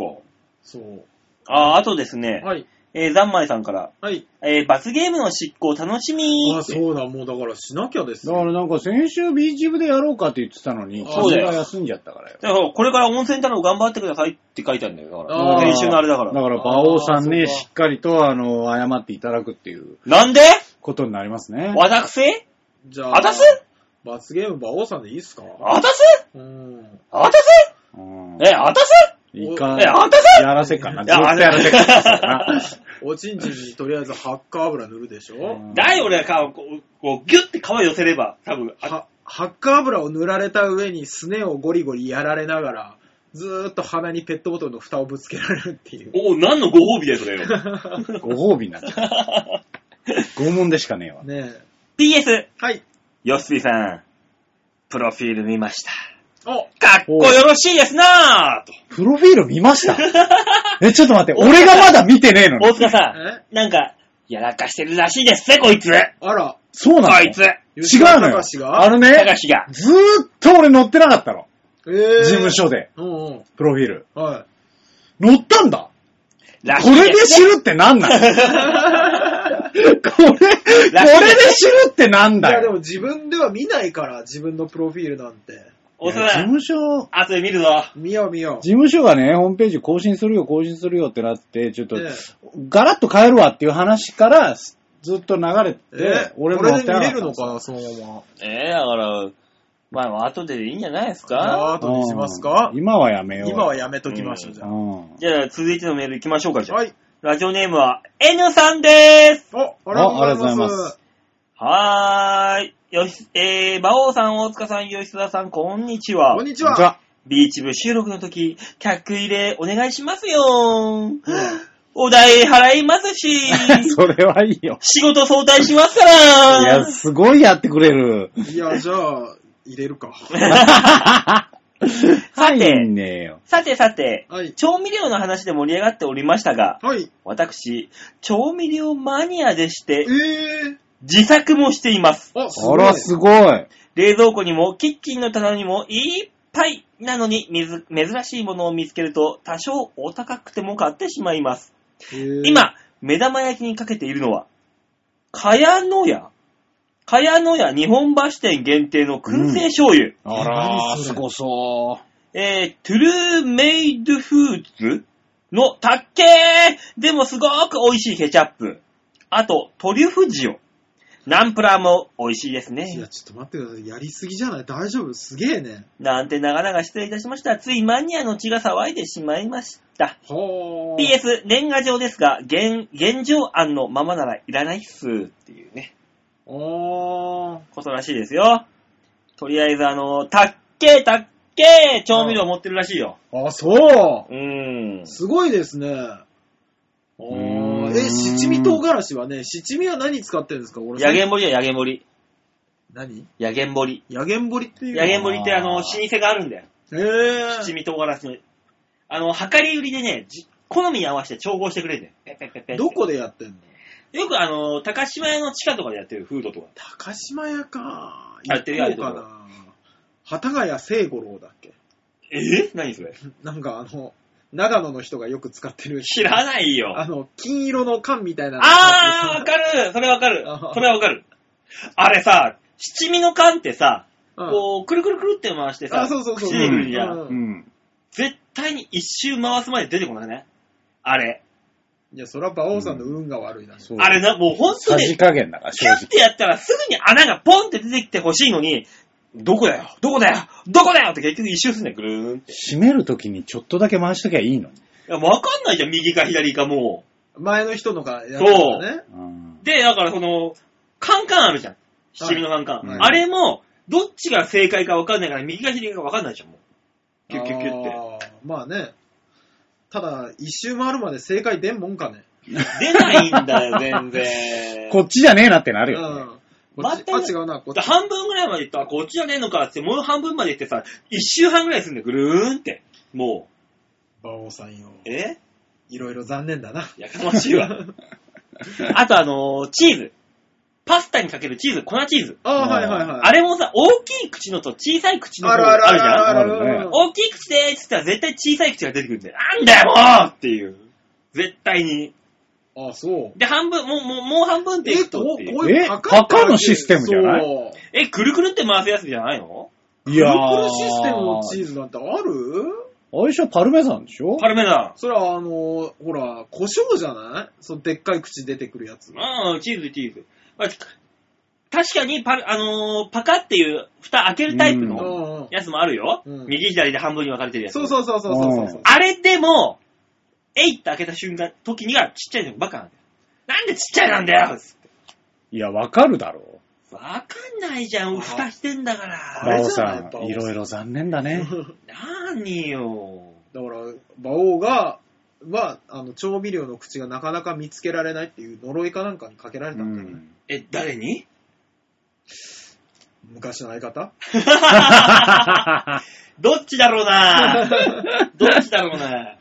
そう。あ、あとですね、はい。えー、ざんまいさんから、はい。えー、罰ゲームの執行楽しみあ、そうだ、もうだからしなきゃですだよ。からなんか先週ビーチ部でやろうかって言ってたのに、そうだよ君が休んじゃったからよ。だからこれから温泉太郎頑張ってくださいって書いてあるんだよ。だかあら、ー練習のあれだか。だからら馬王さんあーにそうかしっかりとあの、謝っていただくっていうなんでことになりますね。私じゃあ、あたす罰ゲーム馬王さんでいいっすかあたすうん。あたすうんえ、あたすいかえ、あたすやらせっかな。いずっやとやらせっかな。おちんちんにとりあえずハッカー油塗るでしょうんだよ、俺が皮こう、こうギュッて皮寄せれば、多分あはハッカー油を塗られた上にすねをゴリゴリやられながら、ずーっと鼻にペットボトルの蓋をぶつけられるっていう。おお、何のご褒美だよ、そ <laughs> れよ。ご褒美になっちゃう。拷問でしかねえ <laughs> わ。ねえ。 PS、はい。ヨッスーさん、プロフィール見ました。おかっこよろしいですなぁと。プロフィール見ましたえ、ちょっと待って、俺がまだ見てねえの大に。塚さえん、なんか、やらかしてるらしいですね、こいつ。こあら、そうなのいつ。違うのよ吉。川あ高のね、橋が。ずーっと俺乗ってなかったの。えー事務。所で、うんうん。プロフィール。は乗ったんだらしいこれです知ねるってなんなのこれ、これで知るってなんい。いやだでよも自分では見ないから、自分のプロフィールなんて。大い塚やさ事ん、務所、後で見るぞ。見よう見よ事務所がね、ホームページ更新するよ、更新するよってなって、ちょっとええ、ガラッと変えるわっていう話から、ずっと流れてう。、え俺もこれやってで見なかれるっのたかな、そのまま。ええだから、まあ、後でいいんじゃないですアかートにしますかうん今はやめよう。今はやめときましょう、じゃあ。うん。じゃあ、続いてのメール行きましょうか、じゃあ。はい。ラジオネームは N さんでーす。お、ありがとうございます。あありがとうございますはーい。よし、えー、馬王さん、大塚さん、吉田さん、こんにちは。こんにちじゃは。あビーチ部収録の時、客入れお願いしますよー。お代払いますし、 <laughs> <laughs> それはいいよ。仕事相対しますかいら。や、すごいやってく <laughs> れる。いや、じゃあ、入れるか。さて入んねえよ。さてさて、はい。調味料の話で盛り上がっておりましたが、はい。私、調味料マニアでして、えー。自作もしています。あ、すあごい。ら、すごい。冷蔵庫にもキッチンの棚にもいっぱいなのに珍珍しいものを見つけると多少お高くても買ってしまいます。へー、今、目玉焼きにかけているのは、かやのや、かやのや日本橋店限定の燻製醤油、あら、すごそえー、トゥルーメイドフーズのたっけーでもすごく美味しいケチャップ。あと、トリュフ塩。ナンプラーも美味しいですね。いや、ちょっと待ってください。やりすぎじゃない大丈夫すげえね。なんて長々失礼いたしました。ついマニアの血が騒いでしまいました。はー。 PS、年賀状ですが、現、現状案のままならいらないっす。っていうね、あー。ことらしいですよ。とりあえず、あの、たっけーたっけー調味料持ってるらしいよ。あ、そううーん。すごいですね。あうーーんえ、七味唐辛子はね、七味は何使ってるんですか俺やげんぼりはやげんぼり。何やげんぼり。やげんぼりっていうの。やげんぼりって、あの、あ老舗があるんだよ。えー。七味唐辛子の。あの、量り売りでね、じ好みに合わせて調合してくれるんだよ。ペッペッペッペッどこでやってんのよくあの、高島屋の地下とかでやってるフードとか。高島屋か。やってる行やこるうかな。幡ヶ谷聖五郎だっけえ何それなんかあの、長野の人がよく使ってる。知らないよ。あの、金色の缶みたいなのあー、わかるそれわかるあそれはわかるあれさ、七味の缶ってさ、うんこう、くるくるくるって回してさ、あそうそうそう口でくるじゃん。うんう。うん。絶対に一周回すまで出てこないね。あれ。いや、そら馬王さんの運が悪いな。そうあれな、もう本当さじに、加減だから、キュ正直ッ。てやったらすぐに穴がポンって出てきてほしいのに、どこだよどこだよどこだよって結局一周すんねん、ぐるーんって。閉めるときにちょっとだけ回しときゃいいのに。いや、わかんないじゃん、右か左かも前の人のがやったからね。うんう。で、だからその、カンカンあるじゃん。七味のカンカン。はいあれも、どっちが正解かわかんないから、右か左かわかんないじゃん、もう。キュッキュッキュッて。あーまあね。ただ、一周回るまで正解出んもんかね。出ないんだよ、全 <laughs> 然。こっちじゃねえなってなうるよね。ん。こっち、あ、全く違うな、こっち。半分ぐらいまで行ったら、こっちじゃねえのかって、もう半分まで行ってさ、一周半ぐらいすんだよ、ぐるーんって。も馬王さんよ。う、えいろいろ残念だな。やかましい <laughs> わ。あとあのーチーズ。パスタにかけるチーズ、粉チーズ。あーはいはいはい。あれもさ、大きい口のと小さい口のあとるああるあるじるゃんあるあるねある。大きい口でーっつったら絶対小さい口が出てくるんだよ。なんだよもうっていう。絶対に。あ、そう。で、半分、もう、もう、もう半分でいくとっていう。うえパカのシステムじゃないそうえ、くるくるって回すやつじゃないのいトやリープルシステムのチーズなんてあるあれでしょパルメザンでしょパルメザそれはあのーほら、胡椒じゃないそのでっかい口出てくるやつン。。うん、チーズ、チーズ。まあ確かに、パル、あのーパカっていう蓋開けるタイプうのんうんやつもあるよ。うん右左で半分に分かれてるやつ。そうそうそうそうそうそうそう。あれでも、えいって開けた瞬間、時にはちっちゃいのばっかなんだよ。なんでちっちゃいなんだよつっていや、わかるだろわかんないじゃん、あ蓋してんだかう。あら。バれオじゃないさ馬王さんん、いろいろ残念だね。 <laughs> なーによ。だから、馬王が、は、あの、調味料の口がなかなか見つけられないっていう呪いかなんかにかけられたんだ <laughs> よね。え、誰に昔の相方どっちだろうな <laughs> どっちだろうな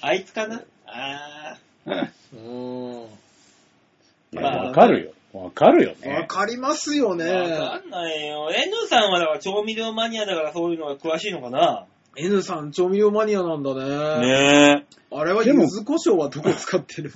あいつかなあうーん。わいやわかるよ。わかるよね。かりますよねー。わかんないよ。N さんはだから調味料マニアだからそういうのが詳しいのかな N さん、調味料マニアなんだね。ねえ。あれは、で柚も子胡椒はどこ使ってる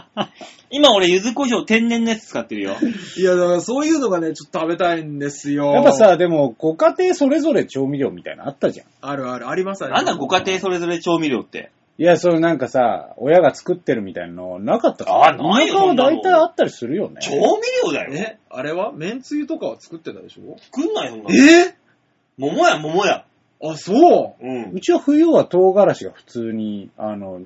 <laughs> 今俺、柚子胡椒天然のやつ使ってるよ。いや、だからそういうのがね、ちょっと食べたいんですよ。やっぱ、さ、でも、ご家庭それぞれ調味料みたいなのあったじゃん。あるある、ありますありまなすんだご家庭それぞれ調味料って。いや、それなんかさ、親が作ってるみたいなのなかったあないよ田舎そはんなの大体あったりするよね。調味料だよ。え、あれは麺つゆとかは作ってたでしょ作んないよ、そんなの。え桃や、桃や。あ、そううん。うちは冬は唐辛子が普通に、あの、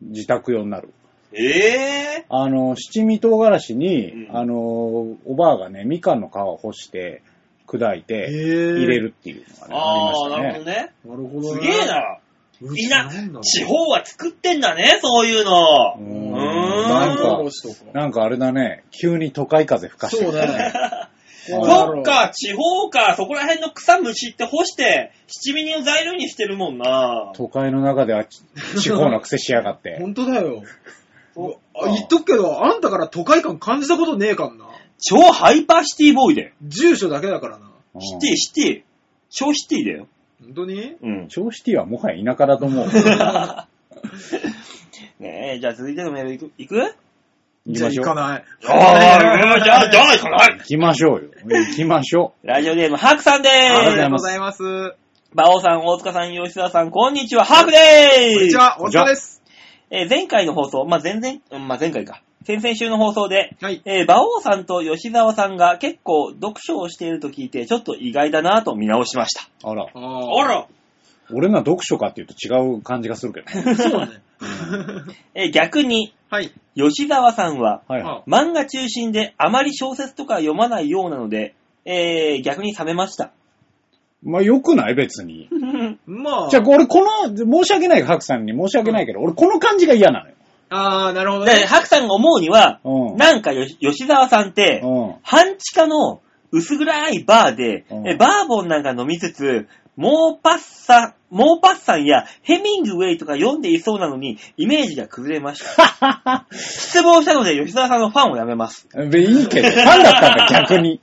自宅用になる。ええあの、七味唐辛子に、うんあの、おばあがね、みかんの皮を干して、砕いへて、え入れ。るっていうのがね、あああ、りなまるほしどね。なるほどすねげえ。な。うみちんななんだろう地方は作ってんだね、そういうたの。ね。ううーんんななんんかか、、なんかあれだね、急に都会風吹かしてそうきたね。ね。うんそっか、地方か、そこら辺の草むしって干して、七味の材料にしてるもんな。都会の中ではち地方の癖しやがって。本当だよ。そあ言っとくけど、あんたから都会感感じたことねえかんな。超ハイパーシティボーイだよ。住所だけだからな。うんシティ、シティ。超シティだよ。本当にうん。超シティはもはや田舎だと思う。ねえ、じゃあ続いてのメールいくいく行きじゃあまし行ょか。うない。ああ、じゃあ、じゃあ、行かない行きましょうよ。行きましょラジオネーム、ハークさんでありがとうございーす。ますありがとうございます。馬王さん、大塚さん、吉沢さん、こんにちは、ハークでーす。こんにちは、こんおにちは疲れです。えー前回の放送、まあ、前々、うんまあ、前回か。先々週の放送で、はい。えー馬王さんと吉沢さんが結構読書をしていると聞いて、ちょっと意外だなぁと見直しました。う。あら、あら俺が読書かっていうと違う感じがするけど <laughs> ね。ら。そうね。えー逆に、はい。吉沢さんは、はいは漫画中心であまり小説とか読まないようなので、えー逆に冷めました。い。まあ、良くない別に。まあ。じゃあ、俺この、申し訳ない、ハクさんに申し訳ないけど、俺この感じが嫌なのよ。ああ、なるほどで、ね。白さんが思うには、うんなんかよし吉沢さんって、う半地下の薄暗いバーで、うんえバーボンなんか飲みつつ、モーパッサン、モーパッサンやヘミングウェイとか読んでいそうなのに、イメージが崩れま <laughs> した。失望したので、吉沢さんのファンをやめ <laughs> ます。ん。で、いいけど、ファンだったんだ、逆に。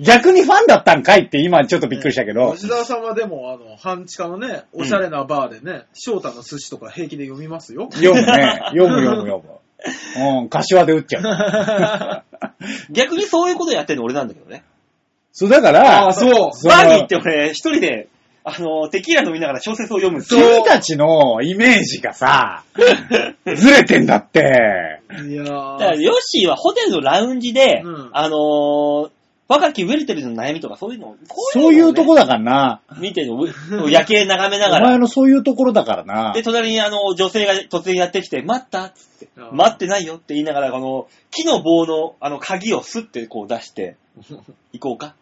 逆にファンだったんかいって今ちょっとびっくりしたけど。吉沢さんはでも、あの、半地下のね、おしゃれなバーでね、翔太の寿司とか平気で読みますよ。読むね。読む読む読む。うん、柏で打っちゃう。逆にそういうことやってるの俺なんだけどね。そう、だから、あーそうそのバーに行って俺、一人で、あの、テキーラ飲みながら小説を読むっていう君たちのイメージがさ、ずれてんだって。いやだから、ー。ヨッシーはホテルのラウンジで、うんあのー若きウェルテルの悩みとかそういうのを、そういうとこだ。だからな。見てるの、夜景眺めおなが前ら。のそういうところだからなで、。隣にあの、女性が突然やってきて、待ったつってあー待ってないよって言いながら、この、木の棒の、あの、鍵をスッてこう出 <laughs> して、行こうか。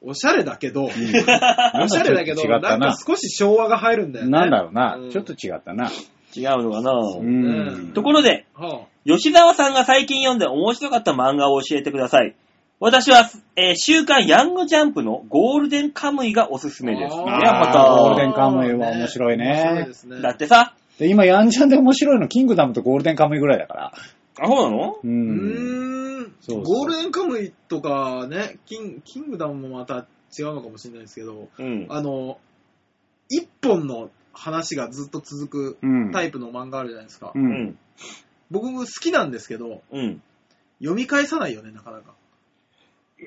おしゃれだけ <laughs> ど、おしおゃれだけど、違なっんたなか。少し昭和が入るんだよね。なんだろうなう。んちょっと違ったな。違うのかな、うん。ところで、は吉沢さんが最近読んで面白かった漫画を教えてください。私は、えー週刊ヤングジャンプのゴールデンカムイがおすすめです。ねあーまあーゴールデた。ンカムイは面白いね面白いですね。だってさ、で、今、ヤンジャンで面白いの、キングダムとゴールデンカムイぐらいだから。あ、そうなのう。うんーんそうそうゴールデンカムイとかね、キンキングダムもまた違うのかもしれないですけど、うん。あの、一本の話がずっと続くうん。タイプの漫画あるじゃないですか。う。うんん。僕も好きなんですけど、うん。読み返さないよね、なかなか。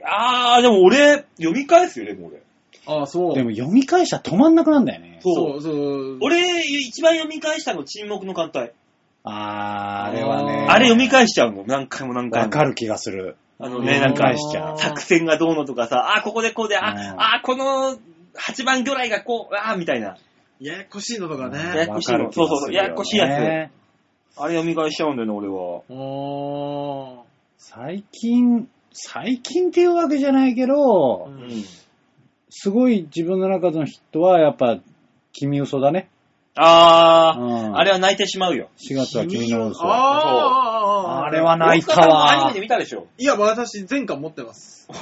あー、でも俺、読み返すよね、もう俺。ああ、そう。でも、読み返したら止まんなくなんだよね。そう。そうそう。俺、一番読み返したの、沈黙の艦隊。あー、あれはね。あれ読み返しちゃうの、何回も何回も。わかる気がする。あのうね、んなんか返、しちゃう作戦がどうのとかさ、あー、ここでこうで、うんあ、あー、この8番魚雷がこう、あー、みたいな。ややこしいのとかうんねね。やこしいのわかる気がするよねそうそうそうややこしいやあれ読み返しちゃうんだよね、俺は。おー。最近、最近っていうわけじゃないけど、うんうん。すごい自分の中のヒットは、やっぱ、君嘘だね。あー、うんあれは泣いてしまうよ。 4月は君の嘘。あああ。れは泣い大た塚さんもアニわメで。見たでしょ。いや、私、前巻持ってます。お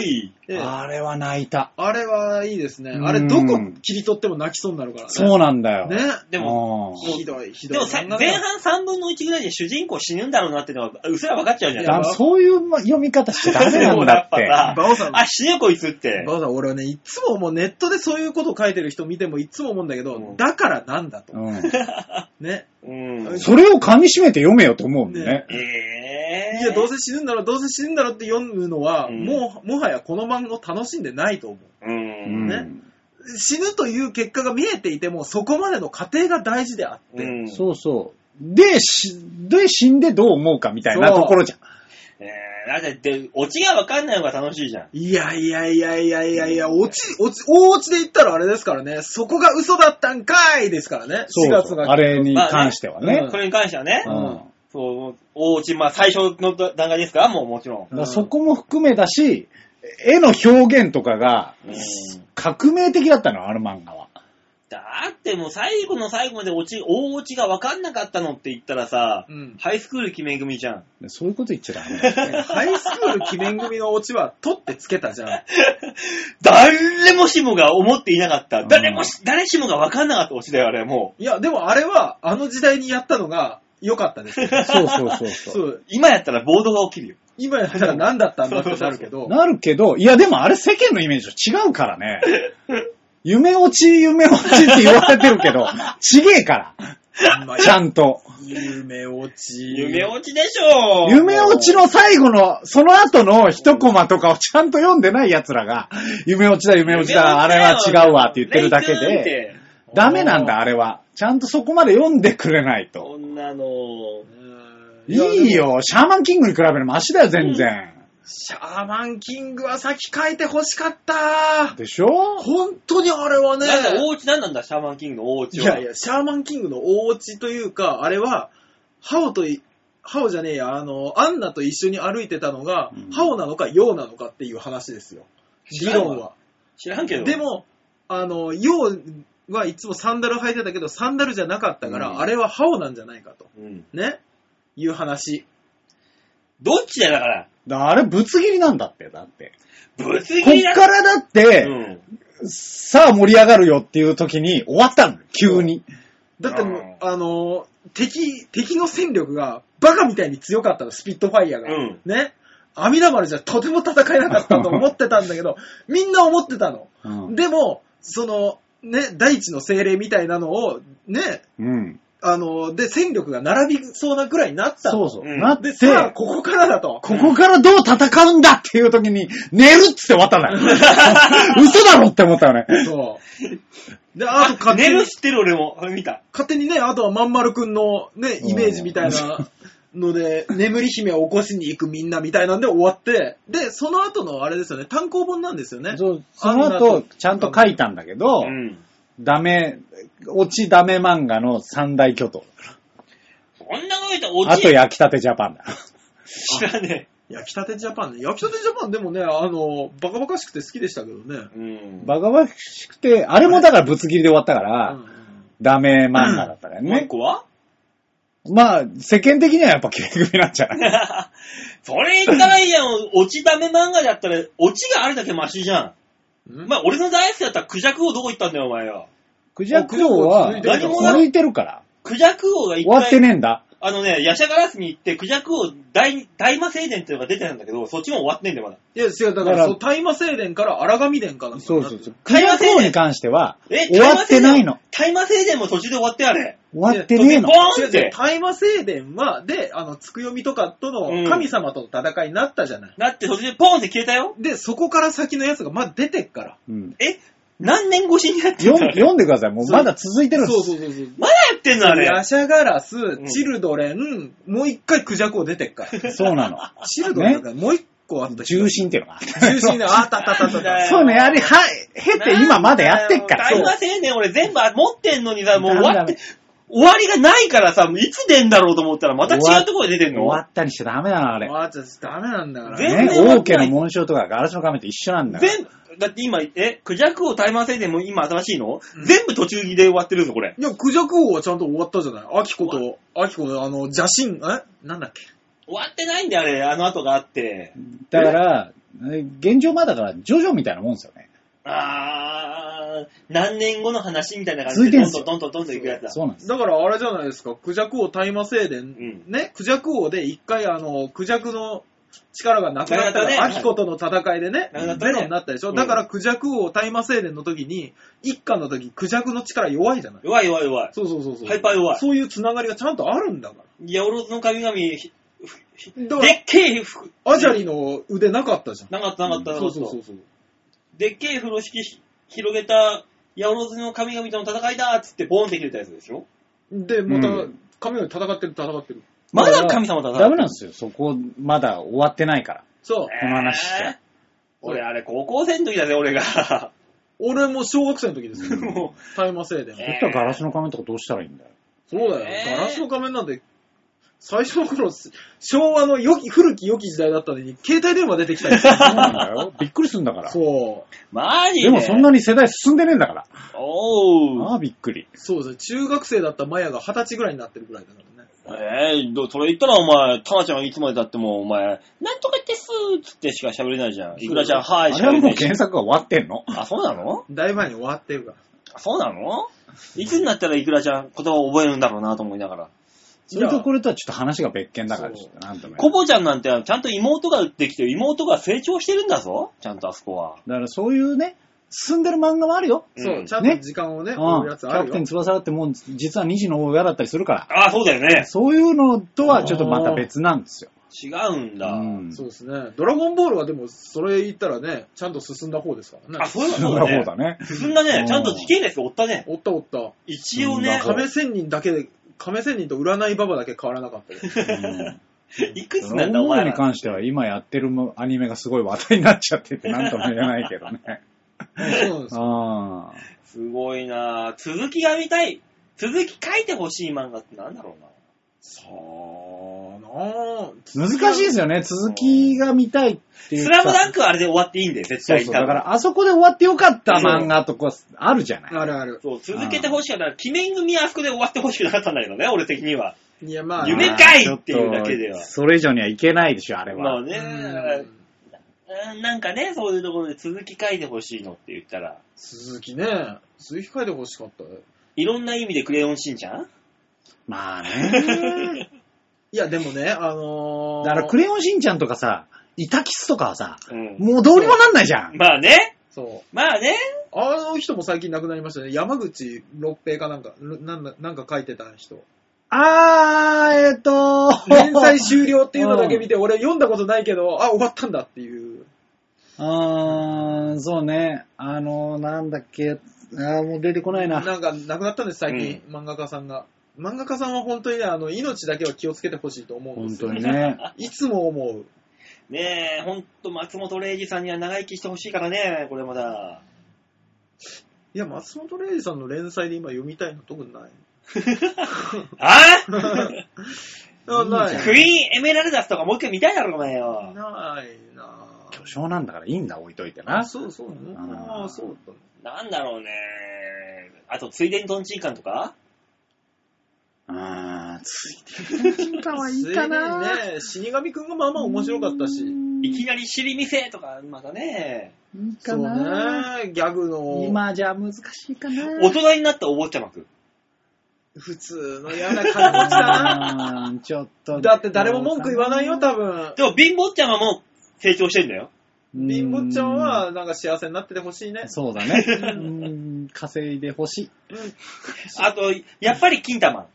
ーいええあれは泣いた。あれはいいですね。うんあれ、どこ切り取っても泣きそうになるからね。そうなんだよ。ね。でも、うんひどい、ひどい。でもさ前半3分の1ぐらいで主人公死ぬんだろうなってのは、うっすら分かっちゃうじゃいなやいだそういう読み方しちゃダメなんだ <laughs> っそうやっぱて。バオさん、あ、死ねこいつってバ。オさん、俺はね、いつももうネットでそういうことを書いてる人見てもいつも思うんだけど、うんだからなんだと。うね。うん。ん、それを噛み締めて読めよと思うもんねね。ええー。いや、どうせ死ぬんだろう、どうせ死ぬんだろうって読むのは、うんもう、もはやこの漫画を楽しんでないと思う。うん。ね死ぬという結果が見えていても、そこまでの過程が大事であって。うんそうそう。で、し、で、死んでどう思うかみたいなそうところじゃん。えー、だってで、オチが分かんないのが楽しいじゃん。いやいやいやいやいやいや、落ち、落ち、大落ちで言ったらあれですからね、そこが嘘だったんかいですからね、そう4そ月うが。あれに関してはね。うんこれに関してはね、うんそう、おうち、まあ最初の段階ですから、もうもちろん。だからそこも含めだし、絵の表現とかがうん革命的だったの、あの漫画は。だってもう最後の最後までオチ、大オチが分かんなかったのって言ったらさ、うんハイスクール決め組じゃん。 <laughs> でそういうこと言っちゃダメだよ。ハイスクール記念組のオチは取ってつけたじゃん。誰もしもが思っていなかっうた。ん誰もし、誰しもが分かんなかったオチだよ、あれ、もいや、でもあれは、あの時代にやったのが良かったですよ。 <laughs> <laughs> そうそうそうそ。そううう。。今やったら暴動が起きるよ。今やったら何だったんだってなるけ <laughs> ど。なるけど、いやでもあれ世間のイメージと違うからね。夢落ち、夢落ちって言われてるけ <laughs> ど、ちげえから。まあちゃんと。夢落ち。夢落ちでしょ夢落ちの最後の、その後の一コマとかをちゃんと読んでない奴らが、夢落ちだ、夢落ちだ、あれは違うわって言ってるだけレイで、君ってダメなんだ、あれは。ちゃんとそこまで読んでくれないそと。んなの、うんいい。よ、シャーマンキングに比べるマシだよ、全然。シャーマンキングは先書いて欲しかった。でしょ本当にあれはね。なんだ、大オチなんなんだ、シャーマンキングの大オチいは。やいや、シャーマンキングの大落ちというか、あれは、ハオとい、ハオじゃねえや、あの、アンナと一緒に歩いてたのが、うんハオなのかヨウなのかっていう話ですよ。知理らんわ論は。知らんけど。でも、あの、ヨウはいつもサンダル履いてたけど、サンダルじゃなかったから、うんあれはハオなんじゃないかと。うん、ねいう話。どっちだよ、だから。だからあれ、ぶつ切りなんだって、だって。ぶつこ切りだっからだって、うん。さあ盛り上がるよっていう時に終わったの、急に。だってもううんあの、敵、敵の戦力がバカみたいに強かったの、スピットファイヤーが。うんね阿弥陀丸じゃとても戦えなかったと思ってたんだけど、みんな思ってたの。うん。でも、その、ね、大地の精霊みたいなのを、ね、うん。あの、で、戦力が並びそうなくらいになったその。うそう。うんなってで、、さあ、ここからだと。ここからどう戦うんだっていう時に、寝るっつって終わったんだよ。 <laughs> 嘘だろって思ったよね。そう。で、あと勝寝手にる、知ってる俺も。それ見た。勝手にね、あとはまんまるくんのね、イメージみたいなので、眠り姫を起こしに行くみんなみたいなんで終わって、で、その後のあれですよね、単行本なんですよね。そうその後、ちゃんと書いたんだけど、うん。ダメ、落ちダメ漫画の三大巨頭。こんなこと言ったら落あちと焼きたてジャパンだ。知らね焼きたてジャパンね。焼きたてジャパンでもね、あの、バカバカしくて好きでしたけどね。え。うん。バカバカしくて、あれもだからぶつ切りで終わったから、うんダメ漫画だったからもう一ね。個は <laughs> まあ、世間的にはやっぱ切れ組なんじゃ <laughs> ないそれ言ったらいいやん。落ちダメ漫画だったら、落ちがあるだけマシじゃん。んまあ、俺の大好きだったら、クジャク王どこ行ったんだよ、お前は。クジャク王はクジャク王は続いてるから。クジャク王が一終わって回、ねえんだ。あのね、ヤシャガラスに行って、クジャク王大、大魔聖伝っていうのが出てたんだけど、そっちも終わってねえんだよ、まだ。いや、違う、だかだからら、そう大麻精伝から荒神伝かなんかそにうなってそうるそう。クジャク王に関しては、終わってないの。大魔聖伝も途中で終わってあれ。終わってねえのボ。ーンっ違う違うて。大麻聖伝は、で、あの、つくよみとかとうんの神様との戦いになったじゃない。だって途中でポーンって消えたよ。で、そこから先のやつがまだ出てっから。うんえ何年越しにやってん <laughs> 読んだあれ読んでください。もうまだ続いてるんです。うそうそう。まだやってんのあれ。ヤシャガラス、んチルドレン、もう一回クジャクを出てっから。そうなの。チルドレンがもう一個あった重心。心っていうのかな。重心が、あったあったあったあっなんだた。よ <laughs> そうね、あれ、はい、へって今まだやってっから。大そう魔聖伝俺全部持ってんのにさ、もう終わダっメて、終わりがないからさ、いつ出んだろうと思ったらまた違うところで出てん終のわったりしちゃダメだな、あれ。わあちゃダメなんだから。全ね、然終わ王って家ないの紋章とかガラスの亀と一緒なんだよ。全部、だって今、え、クジャク王大魔聖伝も今新しいの、全部途中で終わってるぞ、これ。いや、クジャク王はちゃんと終わったじゃない。アキコと、アキコのあの、邪神、えなんだっけ終わってないんだよ、あれ。あの後があって。だから、え現状まだから、ジョジョみたいなもんですよね。あー、何年後の話みたいな感続じいてで、んどんすどんよどんどんどんどんいくやつだ。そうなんです。だからあれじゃないですか、クジャク王大魔聖伝う、ね、クジャク王で一回あの、クジャクの力がなくななったくなっから、たアねキコとの戦いでね、なくなったねゼロになったでしょ、うんだからクジャク王大魔聖伝の時に、一巻の時、クジャクの力弱いじゃない。弱い弱い弱い。そうそうそうそう。ハイパー弱いそういうつながりがちゃんとあるんだから。いや、おろずの神々、ひひだかでら、っけえ服、アジャリの腕なかったじゃん。なかったなかったなかそっうそうそうた。そう。でっけえ風呂敷ひ広げた、ヤオロズの神々との戦いだーっつって、ボーンって切れたやつでしょで、またうん、神々戦ってる、戦ってる。まだ神様だなダメなんですよ。そこ、まだ終わってないから。そう。この話しちゃえー俺、あれ、高校生の時だぜ、俺が。俺も小学生の時です <laughs> よ。も大麻聖伝え。だったらガラスの亀とかどうしたらいいんだよ。そうだえーよ。ガラスの仮面なんて、最初の頃、昭和の良き、古き良き時代だったのに、携帯電話出てきたりす <laughs> るそうなんだよ。びっくりするんだから。そう。う、マジででもそんなに世代進んでねえんだから。おあー。あ、びっくり。そうです中学生だったマヤが二十歳ぐらいになってるぐらいだからね。えー、どそれ言ったらお前、タマちゃんはいつまでたってもお前、なんとかってすーっつってしか喋れないじゃん。いくらちゃん、はあーいしれかは言えなもういし原作が終わってんのあ、そうなのだいぶ前に終わってるから。そうなのいつになったらいくらちゃん言葉を覚えるんだろうなと思いながら。それとこれとはちょっと話が別件だから、ちょっとなんとも言えないコボちゃんなんてちゃんと妹ができて、妹が成長してるんだぞ。ちゃんとあそこは。だからそういうね、進んでる漫画もあるよ。うんそう、ちゃんと時間をね、追ううんやキつあャるプテよン。翼だってもう実は2児の親だったりするから。あ、そうだよね。そういうのとはちょっとまた別なんですよ。違うんだ。うんそうですね。ドラゴンボールはでも、それ言ったらね、ちゃんと進んだ方ですからあ、ね。そういうこそとうだだねそう。だね。進んだうね。んちゃんと時系列追ったね。おったおった。一応ねそ、う亀仙人だけ、亀仙人と占いババだけ変わらなかったよ。 <laughs> うんいくつドなラんゴだンおボール前にら。関しては今やってるアニメがすごい話題になっちゃってて、なんとも言えないけどね。そうなんですよ。あすごいなぁ続きが見たい。続き書いてほしい漫画ってなんだろうな。さあなあー難しいですよね。続きが見たいっていうスか。ラムダンクはあれで終わっていいんだよ、絶そう対そにう。多分だからあそこで終わってよかった漫画とかあるじゃない。あるある。そう、続けてほしかった。鬼面組はあそこで終わってほしくなかったんだけどね、俺的には。いや、まあ。夢かいっていうだけではちょっとそれ以上にはいけないでしょ、あれまあは。ね、うんうんなんかね、そういうところで続き書いてほしいのって言ったら、鈴木ね、鈴木書いてほしかったね。いろんな意味でクレヨンしんちゃんま <laughs> あね。いや、でもね、あのー、だからクレヨンしんちゃんとかさ、イタキスとかはさ、うん。もうどうにもなんないじゃん。まあね、そまあね、あの人も最近亡くなりましたね。山口六平かなんか、なんだなんか書いてた人。あー、えっ、と連載 <laughs> 終了っていうのだけ見て、俺読んだことないけど、あ、終わったんだっていう。あー、そうね。あの、なんだっけ。あー、もう出てこないな。なんか亡くなったんです、最近、漫画家さんが。漫画家さんは本当にね、あの、命だけは気をつけてほしいと思うんで本すよ。当にね。いつも思う。ねえ、ほんと松本零士さんには長生きしてほしいからね、これまだ。いや、松本零士さんの連載で今読みたいの特に <laughs> ない。ああないいいクイーンエメラルダスとかもう一回見たいだろ、お前よ。ないなぁ巨匠なんだからいいんだ、置いといてな。そうそう。あーああ、そうだね。なんだろうね。あと、ついでにトンチンカンとかあー、ついてるかはいいかな。ついでにね、死神くんがまあまあ面白かったし。いきなり尻見せとか、またね。いいそかうな。ね、ギャグの。今じゃ難しいかな。大人になったお坊ちゃまくん。普通の嫌な感じだうーんちょっと。な。だって誰も文句言わないよ、多分。でも、貧乏ちゃまも成長してんだよ。うん。貧乏ちゃんは、なんか幸せになっててほしいね。そうだね。うーん稼いでほしい。あと、やっぱり金玉。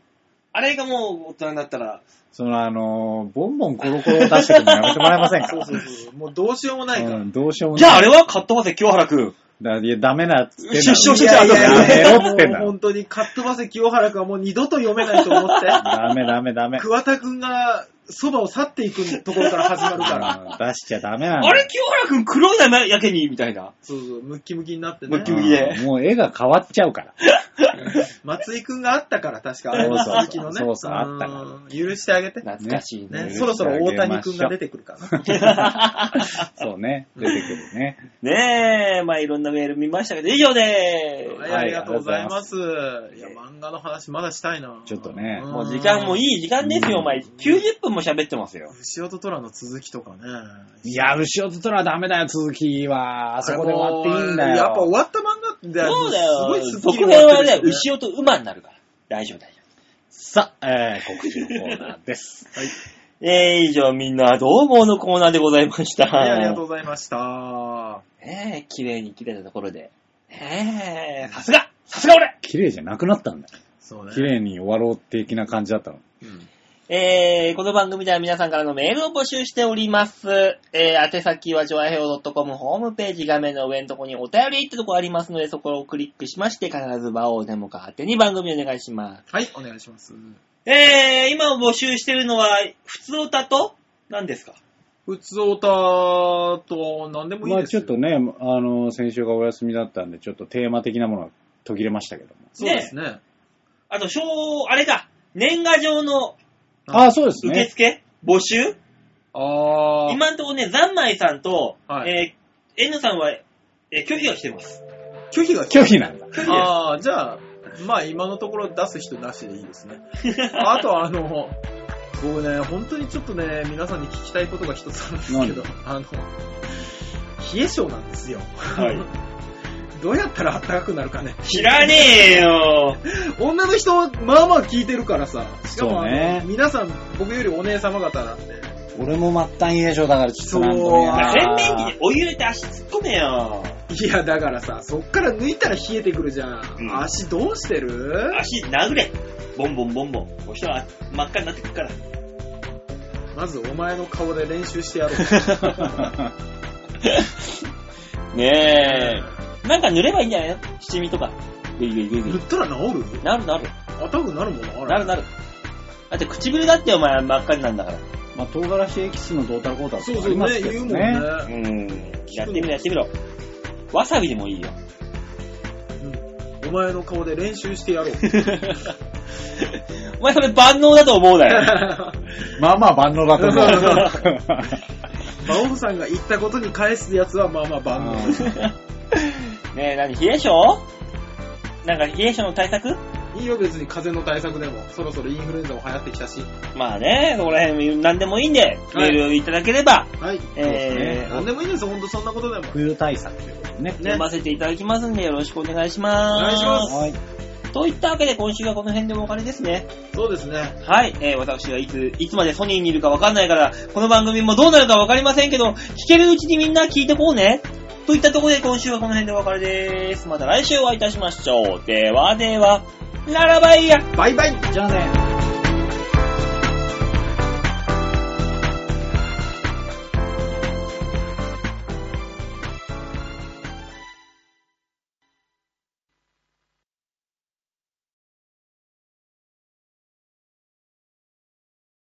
あれがもう大人になったら、そのあの、ボンボンコロコロ出してくるのやめてもらえませんかそうそうそう。もうどうしようもないから。うん、どうしようもない。じゃああれはカットバセ清原くん。だいやダメなっつってんだろ出生してきいたやい後だややいめや、ろもっうてんだろ本当に、カットバセ清原くんはもう二度と読めないと思って。ダメダメダメ。桑田くんがそばを去っていくところから始まるから。うん出しちゃダメなんだあれ清原くん黒いなやけにみたいな。そうそう、ムッキムキになってムねッキ。ムキでうんもう絵が変わっちゃうから。松井くんがあったから、確か。そうそう松井きのね。そうそうあったからうん許してあげて。懐かしいね。ね、そろそろ大谷くんが出てくるかな。そうね。出てくるね。ねえ、まあいろんなメール見ましたけど、以上ではーい、ありがとうございます。いや、漫画の話まだしたいな。ちょっとねす。もう時間もいい。い時間ですよ、お前。90分も喋ってますよ。牛尾と虎の続きとかね。いや、牛をずとらダメだよ、続きは。あそこで終わっていいんだよ。やっぱ終わった漫画だそうだよ。すごい続すっきり編終わはってね、るし牛尾と馬になるから。大丈夫、大丈さあ、えー、告知のコーナー <laughs> です。夫。えー、以上、みんなどうものコーナーでございました。はい、ありがとうございました。ねえ、綺麗に切れたところで。ねえ、さすがさすが俺綺麗じゃなくなったんだよ。そうね。綺麗に終わろう的な感じだったの。うんえー、この番組では皆さんからのメールを募集しております。えー、宛先は、ちょあへお .com ホームページ画面の上のところにお便りってとこありますので、そこをクリックしまして、必ず場をデモか宛てに番組お願いしまはい、お願いします。す。えー、今募集してるのは、普通歌と、何ですか普通オタと何でもいいまあですちよ。ょっとね、あの、先週がお休みだったんで、ちょっとテーマ的なものが途切れましたけども。そうですね。あと、小、あれだ、年賀状のああ、そうです受ね。付、募集あー。今んところね、ざんまいさんと、はいえー、N さんは、えー拒否が来てます。拒否が拒否なんだ。拒否です。ああ、じゃあ、まあ今のところ出す人なしでいいです <laughs> ね。あとあの、僕ね、本当にちょっとね、皆さんに聞きたいことが一つあるんですけど、あの、冷え性なんですよ。どうやったら暖かくなるかね。知らねえよ女の人、まあまあ聞いてるからさ。しかもあの、そうね皆さん僕よりお姉様方なんで。俺も末端冷え性だから、ちょっとなんとも言えあな洗い面器にお湯入れて足突っ込めよ。いや、だからさ、そっから抜いたら冷えてくるじゃん。うん足どうしてる足殴れ。ボンボンボンボン。こうしたら真っ赤になってくるから。まずお前の顔で練習してやろう。 <laughs> ねえ。なんか塗ればいいんじゃないの七味とか。グイグイグイグ塗イ。ったら治るなるなる。暖かくなるものあるなるなる。だって唇だってお前真っ赤になるんだから。 <laughs> まあ、唐辛子エキスのどうたらこうたらそとうかあそうりまね、すけ言どうもんね。ね。うん。やってみろやってみろ。わさびでもいいよ。 <laughs> お前の顔で練習してやろう。お前それ万能だと思うなよ。まあまあ万能だと <laughs> 思う。馬王さんが言ったことに返すやつはまあまあ万能。 <laughs> ねえ、何冷え性なんか冷え性の対策いいよ別に風邪の対策でも、そろそろインフルエンザも流行ってきたし。まあね、そこら辺何でもいいんで、メはいールいただければ、はい。えー何でもいいんですよ、ほんとそんなことでも。冬対策ということでね。読ませていただきますんで、よろしくお願いします。お願いしますはい。といったわけで、今週はこの辺でお別れですね。そうですね。はい、えー、私はいつ、いつまでソニーにいるかわかんないから、この番組もどうなるかわかりませんけど、聞けるうちにみんな聞いてこうね。といったところで今週はこの辺でお別れです。また来週お会いいたしましょう。ではでは、ララバイやバイバイじゃあね。